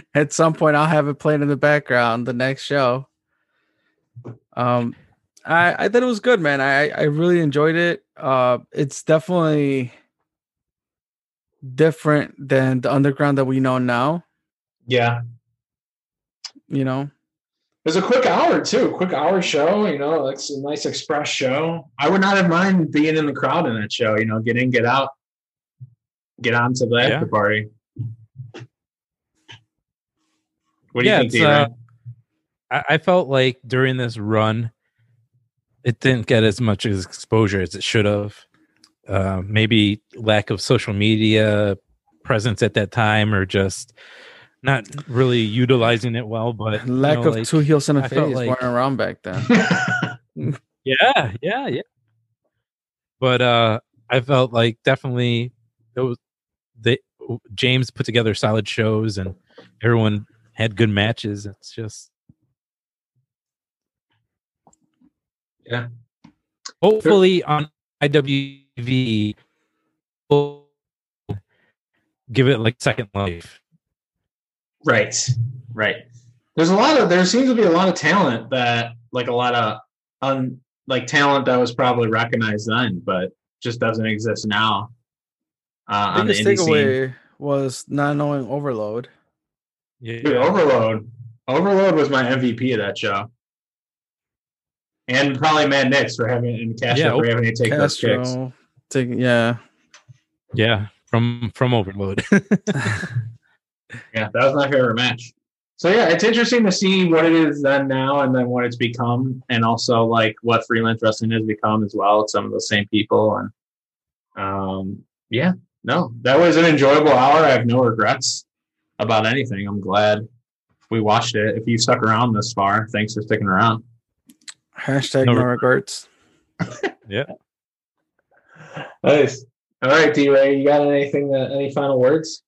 at some point, I'll have it playing in the background the next show. Um, I I thought it was good, man. I I really enjoyed it. Uh, it's definitely different than the underground that we know now.
Yeah,
You know,
It was a quick hour too, quick hour show. You know, it's a nice express show. I would not have mind being in the crowd in that show. You know, get in, get out, get on to the
Yeah.
after party. What do
Yeah,
you think, Dave?
it's, uh, I, I felt like during this run, it didn't get as much as exposure as it should have. uh, maybe lack of social media presence at that time, or just not really utilizing it well. But you
Lack
know,
of
like-
two heels and a
I
face
felt
weren't
like-
around back then.
yeah yeah yeah but uh i felt like definitely it was they james put together solid shows and everyone had good matches it's just
Yeah.
hopefully on iwv we'll give it like second life
Right. Right. There's a lot of there seems to be a lot of talent that like a lot of un like talent that was probably recognized then, but just doesn't exist now. Uh, on the
Biggest
indie scene.
takeaway was not knowing Overload.
Dude, Overload. Overload was my MVP of that show. And probably Matt Nix for having and Castro
Yeah,
for having to take those kicks.
Castro, taking yeah.
yeah from from overload
Yeah, that was my favorite match. So yeah, it's interesting to see what it is then now and then what it's become, and also like what freelance wrestling has become as well. It's some of those same people, and um, yeah, no, that was an enjoyable hour. I have no regrets about anything. I'm glad we watched it. If you stuck around this far, thanks for sticking around.
Hashtag
No
no regrets.
Nice. All right, D Ray, you got anything? That, any final words?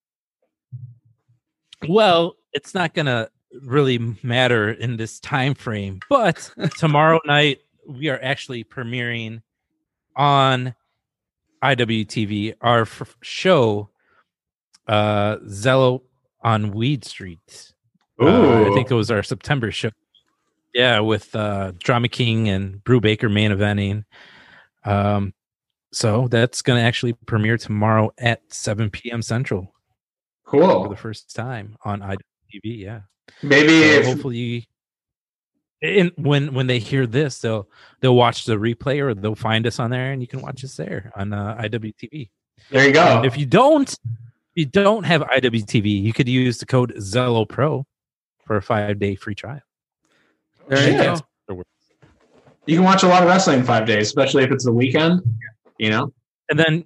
Well, it's not gonna really matter in this time frame, but tomorrow night we are actually premiering on IWTV our f- show, uh, Zello on Weed Street. Uh, I think it was our September show. Yeah, with uh, Drama King and Brew Baker main eventing. Um, so that's gonna actually premiere tomorrow at 7 p.m. Central for
cool.
the first time on IWTV. Yeah,
Maybe
So
if
hopefully, and when when they hear this, they'll they'll watch the replay or they'll find us on there, and you can watch us there on uh, IWTV.
there you go.
If you don't, if you don't have IWTV, you could use the code Zello Pro for a five day free trial.
There you
Yeah.
go.
You can watch a lot of wrestling in five days, especially if it's the weekend. You know,
and then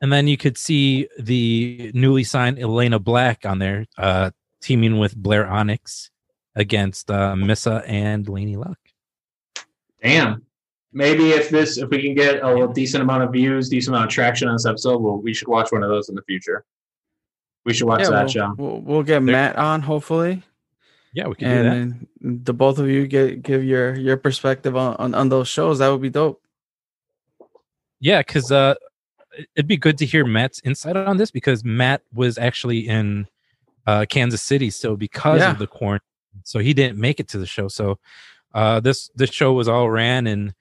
and then you could see the newly signed Elena Black on there, uh, teaming with Blair Onyx against uh, Missa and Laney Luck.
damn. Maybe if this, if we can get a little decent amount of views, decent amount of traction on this episode, well, we should watch one of those in the future. We should watch
Yeah,
that
we'll,
show.
We'll, we'll get Matt on hopefully,
Yeah, we could do that.
and then the both of you get give your your perspective on on, on those shows. That would be dope.
Yeah, because uh, it- it'd be good to hear Matt's insight on this because Matt was actually in uh, Kansas City still because
Yeah.
of the quarantine, so he didn't make it to the show. So uh, this this show was all ran and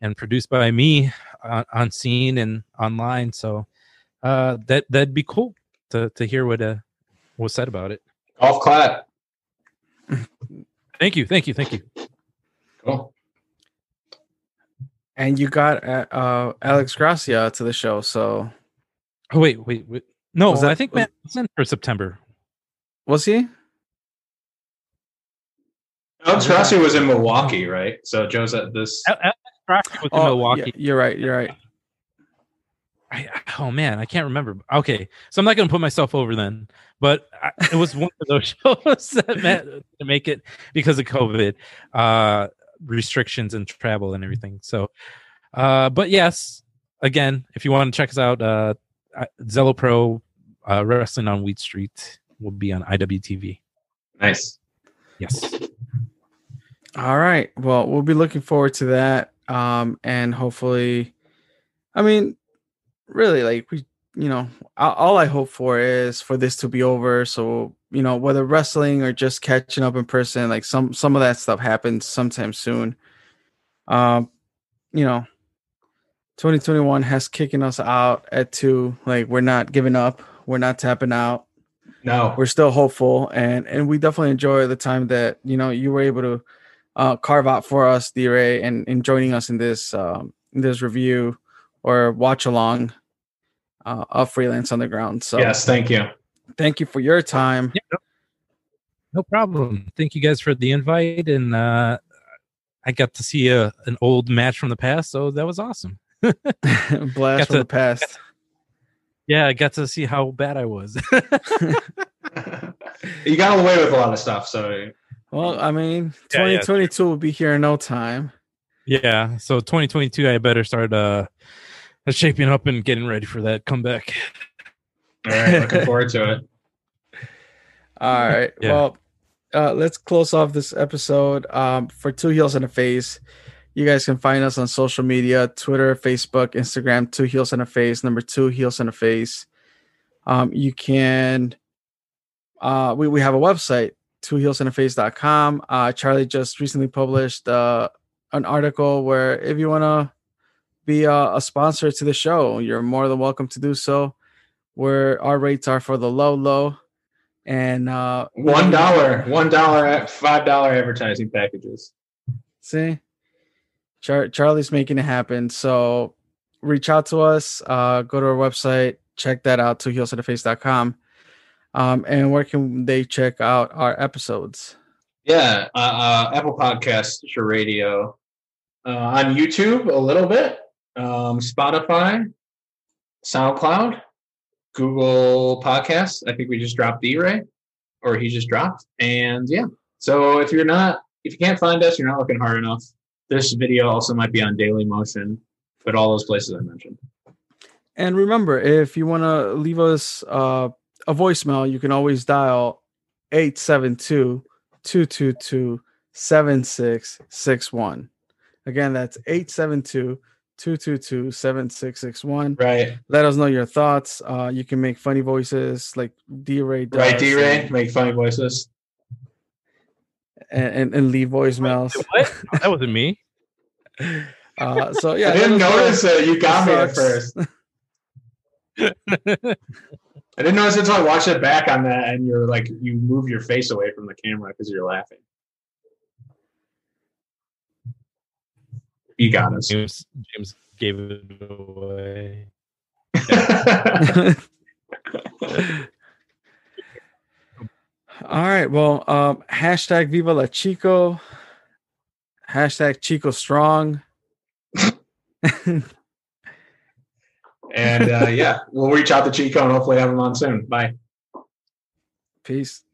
and produced by me on, on scene and online. So uh, that that'd be cool to to hear what uh, was said about it.
Golf clap.
Thank you, thank you, thank you.
Cool.
And you got uh, uh, Alex Gracia to the show, so
Oh wait, wait, wait. No,
Well,
I think Matt was in for September.
was he?
Alex Rossi was in Milwaukee, right? So Joe's at this.
Al- Al- Rocky was in
Oh, yeah,
Milwaukee.
you're right. You're right.
I, oh man, I can't remember. Okay, so I'm not going to put myself over then, but I, it was one of those shows that meant to make it because of COVID uh, restrictions and travel and everything. So, uh, but yes, again, if you want to check us out, uh, I- Zello Pro uh, Wrestling on Wheat Street will be on IWTV.
Nice.
Yes,
All right. Well, we'll be looking forward to that. Um, and hopefully, I mean, really, like we, you know, a- all I hope for is for this to be over. So you know, whether wrestling or just catching up in person, like some some of that stuff happens sometime soon. Um, you know, 2021 has kicking us out at two. Like we're not giving up. We're not tapping out
No.
we're still hopeful and and we definitely enjoy the time that you know you were able to uh, carve out for us d-ray and, and joining us in this um, in this review or watch along uh, of freelance underground so
Yes. Thank you.
thank you for your time
no problem. Thank you guys for the uh, invite, and uh, I got to see a, an old match from the past, so that was awesome.
Blast
Got
from
to-
the past.
Yeah, I got to see how bad I was.
you got away with a lot of stuff, so
Well, I mean,
Yeah, yeah,
2022 will be here in no time.
yeah, so 2022, I better start uh shaping up and getting ready for that comeback.
all right, looking forward to it.
All right.
Yeah.
Well, uh, let's close off this episode. Um, for Two Heels and a Face, you guys can find us on social media Twitter, Facebook, Instagram, Two Heels and a Face, number two, Heels and a Face. Um, you can, uh, we, we have a website, two heels and a face.com. Uh, Charlie just recently published uh, an article where if you want to be uh, a sponsor to the show, you're more than welcome to do so. Where our rates are for the low, low. And uh,
One dollar, one dollar, at five dollar advertising packages.
See, Char- Charlie's making it happen. So reach out to us. Uh, go to our website. Check that out. Two heels to the face.com. Um, and where can they check out our episodes?
Yeah, uh, uh, Apple Podcasts, Stitcher Radio, uh, on YouTube a little bit, um, Spotify, SoundCloud, Google Podcasts. I think we just dropped D-Ray, or he just dropped. And yeah, so if you're not, if you can't find us, you're not looking hard enough. This video also might be on Daily Motion, but all those places I mentioned.
And remember, if you want to leave us uh, a voicemail, you can always dial 872 222 7661. Again, that's 872 222 7661.
Right,
let us know your thoughts. Uh, you can make funny voices like D Ray does,
right, D-Ray,
and,
make funny voices.
and, and, leave voicemails.
What? That wasn't me.
Uh, so yeah,
I didn't
let us know.
notice it. You got me at
Sucks.
first. I didn't notice until I watched it back on that, and you're like, you move your face away from the camera because you're laughing. You got us.
James, James gave it away.
All right. Well, um, hashtag Viva La Chico, hashtag Chico Strong.
and uh, yeah, we'll reach out to Chico and hopefully have him on soon. Bye.
Peace.